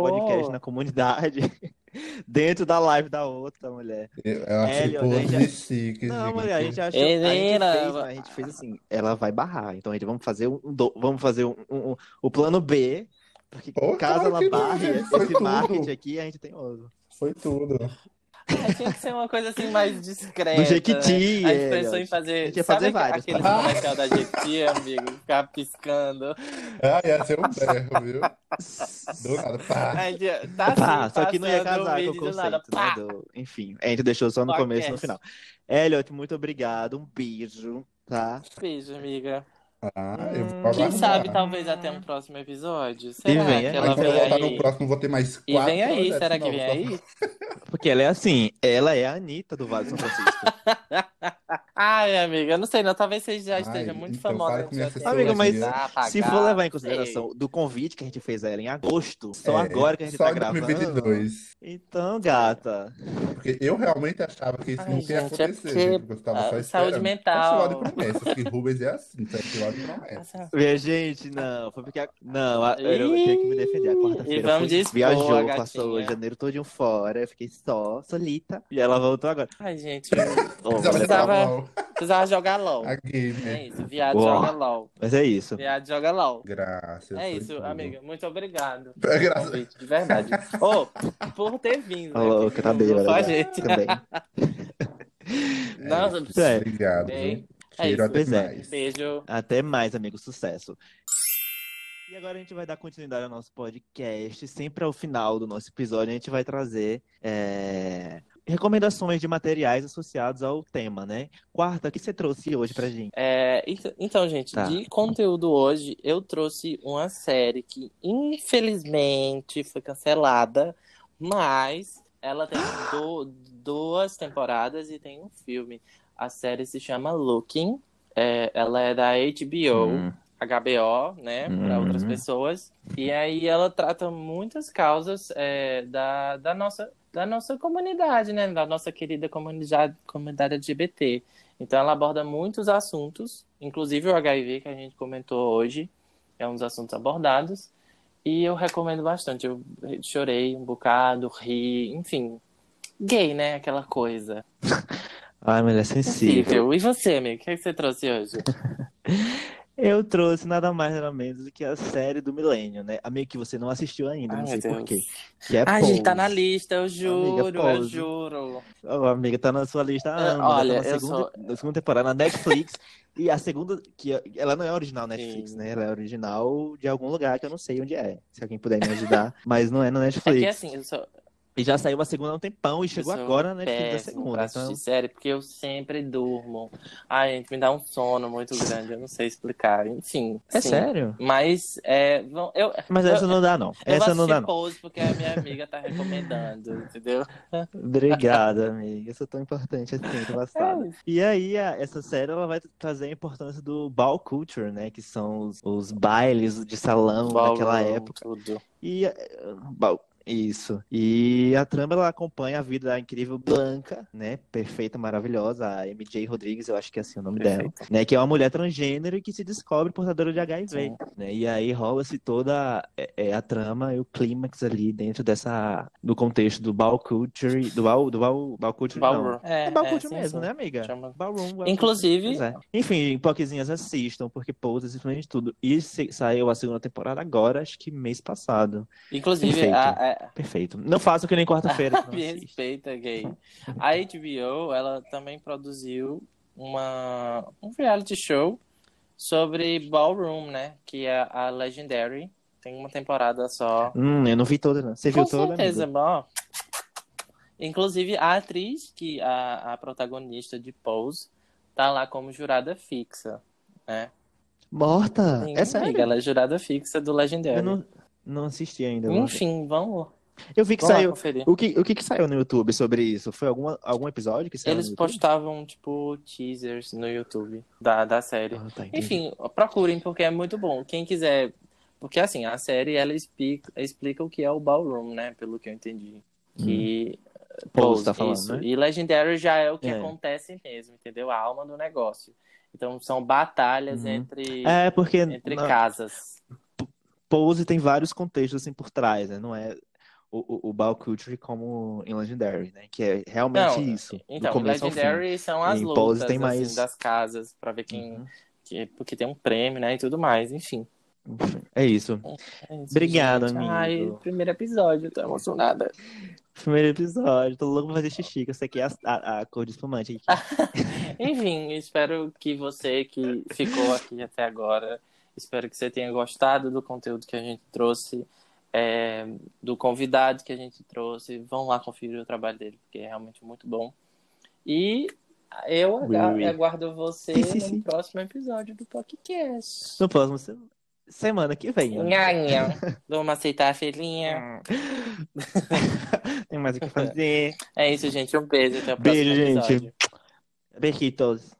Speaker 3: podcast né? na
Speaker 1: favor.
Speaker 3: comunidade *laughs* dentro da live da outra mulher.
Speaker 2: Eu, eu achei
Speaker 3: Elliot, a gente-
Speaker 2: podre chique,
Speaker 3: Não,
Speaker 2: gente.
Speaker 3: mulher, a gente achou.
Speaker 1: Helena,
Speaker 3: a, gente fez, mas a gente fez assim, ela vai barrar. Então a gente vamos fazer um, do- vamos fazer um, um- um- o plano B, porque
Speaker 2: Pô,
Speaker 3: caso
Speaker 2: claro
Speaker 3: ela
Speaker 2: que não,
Speaker 3: barre
Speaker 2: gente, foi
Speaker 3: esse
Speaker 2: tudo.
Speaker 3: marketing aqui, a gente tem outro.
Speaker 2: Foi tudo.
Speaker 1: Ah, tinha que ser uma coisa assim mais discreta.
Speaker 3: No
Speaker 1: né?
Speaker 3: Jequiti,
Speaker 1: A gente pensou em
Speaker 3: Elliot. A
Speaker 1: fazer.
Speaker 3: gente ia
Speaker 1: Sabe
Speaker 3: fazer
Speaker 1: aque-
Speaker 3: vários,
Speaker 1: aquele
Speaker 3: tá?
Speaker 1: comercial da Jequiti, amigo? Ficar piscando.
Speaker 2: Ah, ia
Speaker 1: *laughs*
Speaker 2: ser um berro, viu? Do nada, pá.
Speaker 1: A gente ia- tá assim,
Speaker 3: Pá, só que não ia
Speaker 1: passando o
Speaker 3: casar com o
Speaker 1: vídeo do nada.
Speaker 3: conceito, né?
Speaker 1: Pá!
Speaker 3: do- Enfim, a gente deixou só no
Speaker 1: Podcast.
Speaker 3: começo e no final. Elliot, muito obrigado, um beijo, tá?
Speaker 1: Beijo, amiga.
Speaker 2: Ah, eu vou
Speaker 3: Hum,
Speaker 1: Quem
Speaker 2: aguardar.
Speaker 1: sabe, talvez até um próximo episódio.
Speaker 3: E
Speaker 1: Será
Speaker 3: vem
Speaker 1: que
Speaker 3: aí.
Speaker 2: Aí
Speaker 1: ela
Speaker 2: quando
Speaker 1: vem
Speaker 2: eu voltar
Speaker 1: aí?
Speaker 2: no próximo, vou ter mais
Speaker 1: E
Speaker 2: quatro
Speaker 1: vem aí,
Speaker 2: projetos
Speaker 1: será que
Speaker 2: novos
Speaker 1: vem
Speaker 2: pra-
Speaker 1: aí?
Speaker 3: Porque ela é assim, ela é a Anitta do Vale de São Francisco.
Speaker 1: Ai, amiga, eu não sei, não. Talvez você já
Speaker 2: Ai,
Speaker 1: esteja muito
Speaker 2: então,
Speaker 1: famosa.
Speaker 2: para
Speaker 1: a
Speaker 2: com
Speaker 1: gente já
Speaker 2: minha
Speaker 1: tem-
Speaker 3: Amigo, mas
Speaker 1: Ah,
Speaker 3: Se
Speaker 1: pagar,
Speaker 3: for levar em
Speaker 1: não sei.
Speaker 3: consideração do convite que a gente fez a ela em agosto, só
Speaker 2: É,
Speaker 3: agora que a gente
Speaker 2: só
Speaker 3: tá
Speaker 2: em
Speaker 3: gravando.
Speaker 2: 2022.
Speaker 3: Então, gata.
Speaker 2: Porque eu realmente achava que isso
Speaker 1: Ai,
Speaker 2: nunca ia
Speaker 1: gente, é
Speaker 2: acontecer,
Speaker 1: porque,
Speaker 2: gente, porque eu estava só
Speaker 1: ah, saúde
Speaker 2: esperando. Só
Speaker 1: mental.
Speaker 2: festival de promessas, que Rubens é assim, festival de
Speaker 3: É.
Speaker 1: *laughs*
Speaker 2: promessas.
Speaker 3: Minha gente, não, foi porque. a- Não, a- eu
Speaker 1: Ih,
Speaker 3: tinha que me defender. A quarta-feira
Speaker 1: e vamos
Speaker 3: fui-
Speaker 1: dispor,
Speaker 3: viajou,
Speaker 1: gatinha.
Speaker 3: passou o janeiro todinho fora, eu fiquei só, solita. E ela voltou agora.
Speaker 1: Ai, gente, eu
Speaker 3: Ô,
Speaker 2: Mas ela tá-
Speaker 3: mulher,
Speaker 1: precisava-
Speaker 2: tava mal,
Speaker 1: precisava jogar LOL.
Speaker 2: a gamer.
Speaker 1: É isso, viado
Speaker 3: Uau.
Speaker 1: joga LOL.
Speaker 3: Mas é isso.
Speaker 1: Viado joga LOL.
Speaker 2: Graças.
Speaker 1: É
Speaker 2: foi
Speaker 1: isso,
Speaker 2: tudo.
Speaker 1: amiga. Muito obrigado. pelo
Speaker 2: Graças.
Speaker 1: convite, De verdade. Ô, por ter vindo.
Speaker 3: Ô,
Speaker 1: né?
Speaker 3: louca, tá
Speaker 1: Não foi
Speaker 3: bêbada.
Speaker 1: a
Speaker 3: agora.
Speaker 1: gente.
Speaker 3: Também.
Speaker 1: Nossa,
Speaker 3: É.
Speaker 2: Obrigado,
Speaker 1: Bem,
Speaker 2: viu?
Speaker 1: é
Speaker 2: Cheiro
Speaker 1: isso.
Speaker 2: até
Speaker 3: Pois é.
Speaker 2: mais.
Speaker 1: Beijo.
Speaker 3: Até mais, amigo. Sucesso. E agora a gente vai dar continuidade ao nosso podcast. Sempre ao final do nosso episódio, a gente vai trazer é, recomendações de materiais associados ao tema, né? Quarta, o que você trouxe hoje pra gente?
Speaker 1: É, ent- então, gente,
Speaker 3: Tá.
Speaker 1: de conteúdo hoje, eu trouxe uma série que, infelizmente, foi cancelada, mas ela
Speaker 3: *gasps*
Speaker 1: tem do- duas temporadas e tem um
Speaker 3: Hum.
Speaker 1: filme. A série se chama Looking. É, ela é da HBO. HBO, né, para
Speaker 3: Uhum.
Speaker 1: outras pessoas. E aí ela trata muitas causas é, da, da nossa da nossa comunidade, né, da nossa querida comunidade comunidade LGBT. Então ela aborda muitos assuntos, inclusive o HIV que a gente comentou hoje, é um dos assuntos abordados. E eu recomendo bastante. Eu chorei um bocado, ri, enfim. Gay, né? Aquela coisa.
Speaker 3: Ai, mulher sensível.
Speaker 1: Possível. E você, amigo? O que, é que você trouxe hoje?
Speaker 3: Eu trouxe nada mais nada menos do que a série do milênio, né? Amigo que você não assistiu ainda,
Speaker 1: Ai,
Speaker 3: não
Speaker 1: meu
Speaker 3: sei por
Speaker 1: Deus.
Speaker 3: quê. Que é
Speaker 1: Ai, gente, tá
Speaker 3: Pose.
Speaker 1: na lista, eu juro, eu
Speaker 3: Pose.
Speaker 1: juro. É
Speaker 3: Ô, amiga, tá na sua lista há
Speaker 1: Ah,
Speaker 3: anos. Olha,
Speaker 1: olha,
Speaker 3: tá na
Speaker 1: eu
Speaker 3: segunda,
Speaker 1: sou-
Speaker 3: na segunda temporada na Netflix. e a segunda, que é- ela não é original Netflix,
Speaker 1: Sim.
Speaker 3: né? Ela é original de algum lugar que eu não sei onde é. Se alguém puder me
Speaker 1: *laughs*
Speaker 3: ajudar. Mas não é na
Speaker 1: É
Speaker 3: Netflix.
Speaker 1: que assim, eu sou,
Speaker 3: E já saiu a segunda há um tempão e chegou
Speaker 1: sou
Speaker 3: agora na Netflix a
Speaker 1: péssimo pra
Speaker 3: segunda.
Speaker 1: assistir
Speaker 3: Então,
Speaker 1: série, porque eu sempre durmo. Ai, gente, me dá um sono muito grande, eu não sei explicar. Enfim,
Speaker 3: é
Speaker 1: sim.
Speaker 3: sério?
Speaker 1: Mas, é, vão- eu,
Speaker 3: Mas
Speaker 1: eu,
Speaker 3: essa não dá, não.
Speaker 1: eu
Speaker 3: Essa
Speaker 1: vou
Speaker 3: não dá,
Speaker 1: assistir
Speaker 3: não.
Speaker 1: Pose porque a minha amiga tá recomendando,
Speaker 3: *laughs*
Speaker 1: entendeu? *laughs*
Speaker 3: Obrigada, amiga. Eu sou tão importante assim, tô
Speaker 1: É *laughs*
Speaker 3: passada. E aí, a- essa série ela vai trazer a importância do ball culture, né? Que são os, os bailes de salão daquela
Speaker 1: Ballroom,
Speaker 3: época.
Speaker 1: Tudo.
Speaker 3: E eh, bom, isso. E a trama ela acompanha a vida da incrível Blanca, né? Perfeita, maravilhosa, a MJ Rodrigues, eu acho que é assim o nome dela, né? Que é uma mulher transgênero e que se descobre portadora de HIV,
Speaker 1: Sim.
Speaker 3: né? E aí rola-se toda eh, eh, a trama e o clímax ali dentro dessa do contexto do ball culture, do ball, do ball, ball culture, não.
Speaker 1: Ballroom.
Speaker 3: É, ball culture mesmo, né, amiga?
Speaker 1: Chama-
Speaker 3: Ballroom, ball
Speaker 1: Inclusive,
Speaker 3: Pois é. Enfim, Poquezinhas assistam, porque Pose é simplesmente tudo. E se- saiu a segunda temporada agora, acho que mês passado.
Speaker 1: inclusive
Speaker 3: Perfeito.
Speaker 1: a, a-
Speaker 3: Perfeito. Não faço que nem
Speaker 1: *laughs*
Speaker 3: quarta-feira. que não
Speaker 1: Me
Speaker 3: assisto.
Speaker 1: respeita, gay. A HBO, ela também produziu uma, um reality show sobre Ballroom, né? Que é a Legendary. Tem uma temporada só.
Speaker 3: Hum, eu não vi toda, não. Você viu
Speaker 1: Com
Speaker 3: toda?
Speaker 1: certeza,
Speaker 3: amigo?
Speaker 1: bom. Inclusive, a atriz, que a, a protagonista de Pose, tá lá como jurada fixa.
Speaker 3: Morta?
Speaker 1: Sim,
Speaker 3: é sério?
Speaker 1: amiga, ela é jurada fixa do Legendary.
Speaker 3: Eu não, não assisti ainda. eu não vi.
Speaker 1: Enfim, vamos,
Speaker 3: Eu vi que
Speaker 1: vamos lá
Speaker 3: saiu.
Speaker 1: conferir.
Speaker 3: O que, o que que saiu no YouTube sobre isso? Foi alguma, algum episódio que saiu
Speaker 1: Eles
Speaker 3: no YouTube?
Speaker 1: postavam, tipo, teasers no YouTube da, da série.
Speaker 3: Ah, tá, entendi.
Speaker 1: Enfim, procurem, porque é muito bom. Quem quiser. Porque, assim, a série ela explica, explica o que é o ballroom, né? Pelo que eu entendi. Que.
Speaker 3: Pose Hum. tá falando, né?
Speaker 1: E Legendary já é o que
Speaker 3: É.
Speaker 1: acontece mesmo, entendeu? A alma do negócio. Então, são batalhas
Speaker 3: Uhum.
Speaker 1: entre,
Speaker 3: É, porque
Speaker 1: entre
Speaker 3: na-
Speaker 1: casas.
Speaker 3: Pose tem vários contextos assim por trás, né? Não é o, o, o Ball Culture como em Legendary, né? Que é realmente
Speaker 1: Não,
Speaker 3: isso. do
Speaker 1: Então,
Speaker 3: começo ao fim.
Speaker 1: Legendary são as
Speaker 3: Em
Speaker 1: lutas
Speaker 3: Pose tem
Speaker 1: assim,
Speaker 3: mais-
Speaker 1: das casas, pra ver quem.
Speaker 3: Uhum.
Speaker 1: que- porque tem um prêmio, né? E tudo mais, enfim.
Speaker 3: Enfim, É isso.
Speaker 1: É isso,
Speaker 3: Obrigado,
Speaker 1: gente.
Speaker 3: amigo.
Speaker 1: Ai, primeiro episódio, tô emocionada.
Speaker 3: Primeiro episódio. Tô louco pra fazer xixi, que eu sei que é a, a- a cor de espumante aqui.
Speaker 1: Enfim, espero que você que ficou aqui até agora, espero que você tenha gostado do conteúdo que a gente trouxe, é, do convidado que a gente trouxe. Vão lá conferir o trabalho dele, porque é realmente muito bom. E eu
Speaker 3: Ui,
Speaker 1: aga-
Speaker 3: ui.
Speaker 1: aguardo você
Speaker 3: Sim, sim, sim.
Speaker 1: no próximo episódio do podcast.
Speaker 3: No próximo se- semana que vem. ó.
Speaker 1: Nha, nha. Vamos aceitar a filhinha.
Speaker 3: Hum. Tem mais o que fazer.
Speaker 1: É isso, gente. Um beijo. Até o próximo
Speaker 3: Beijo, gente.
Speaker 1: episódio.
Speaker 3: Beijitos.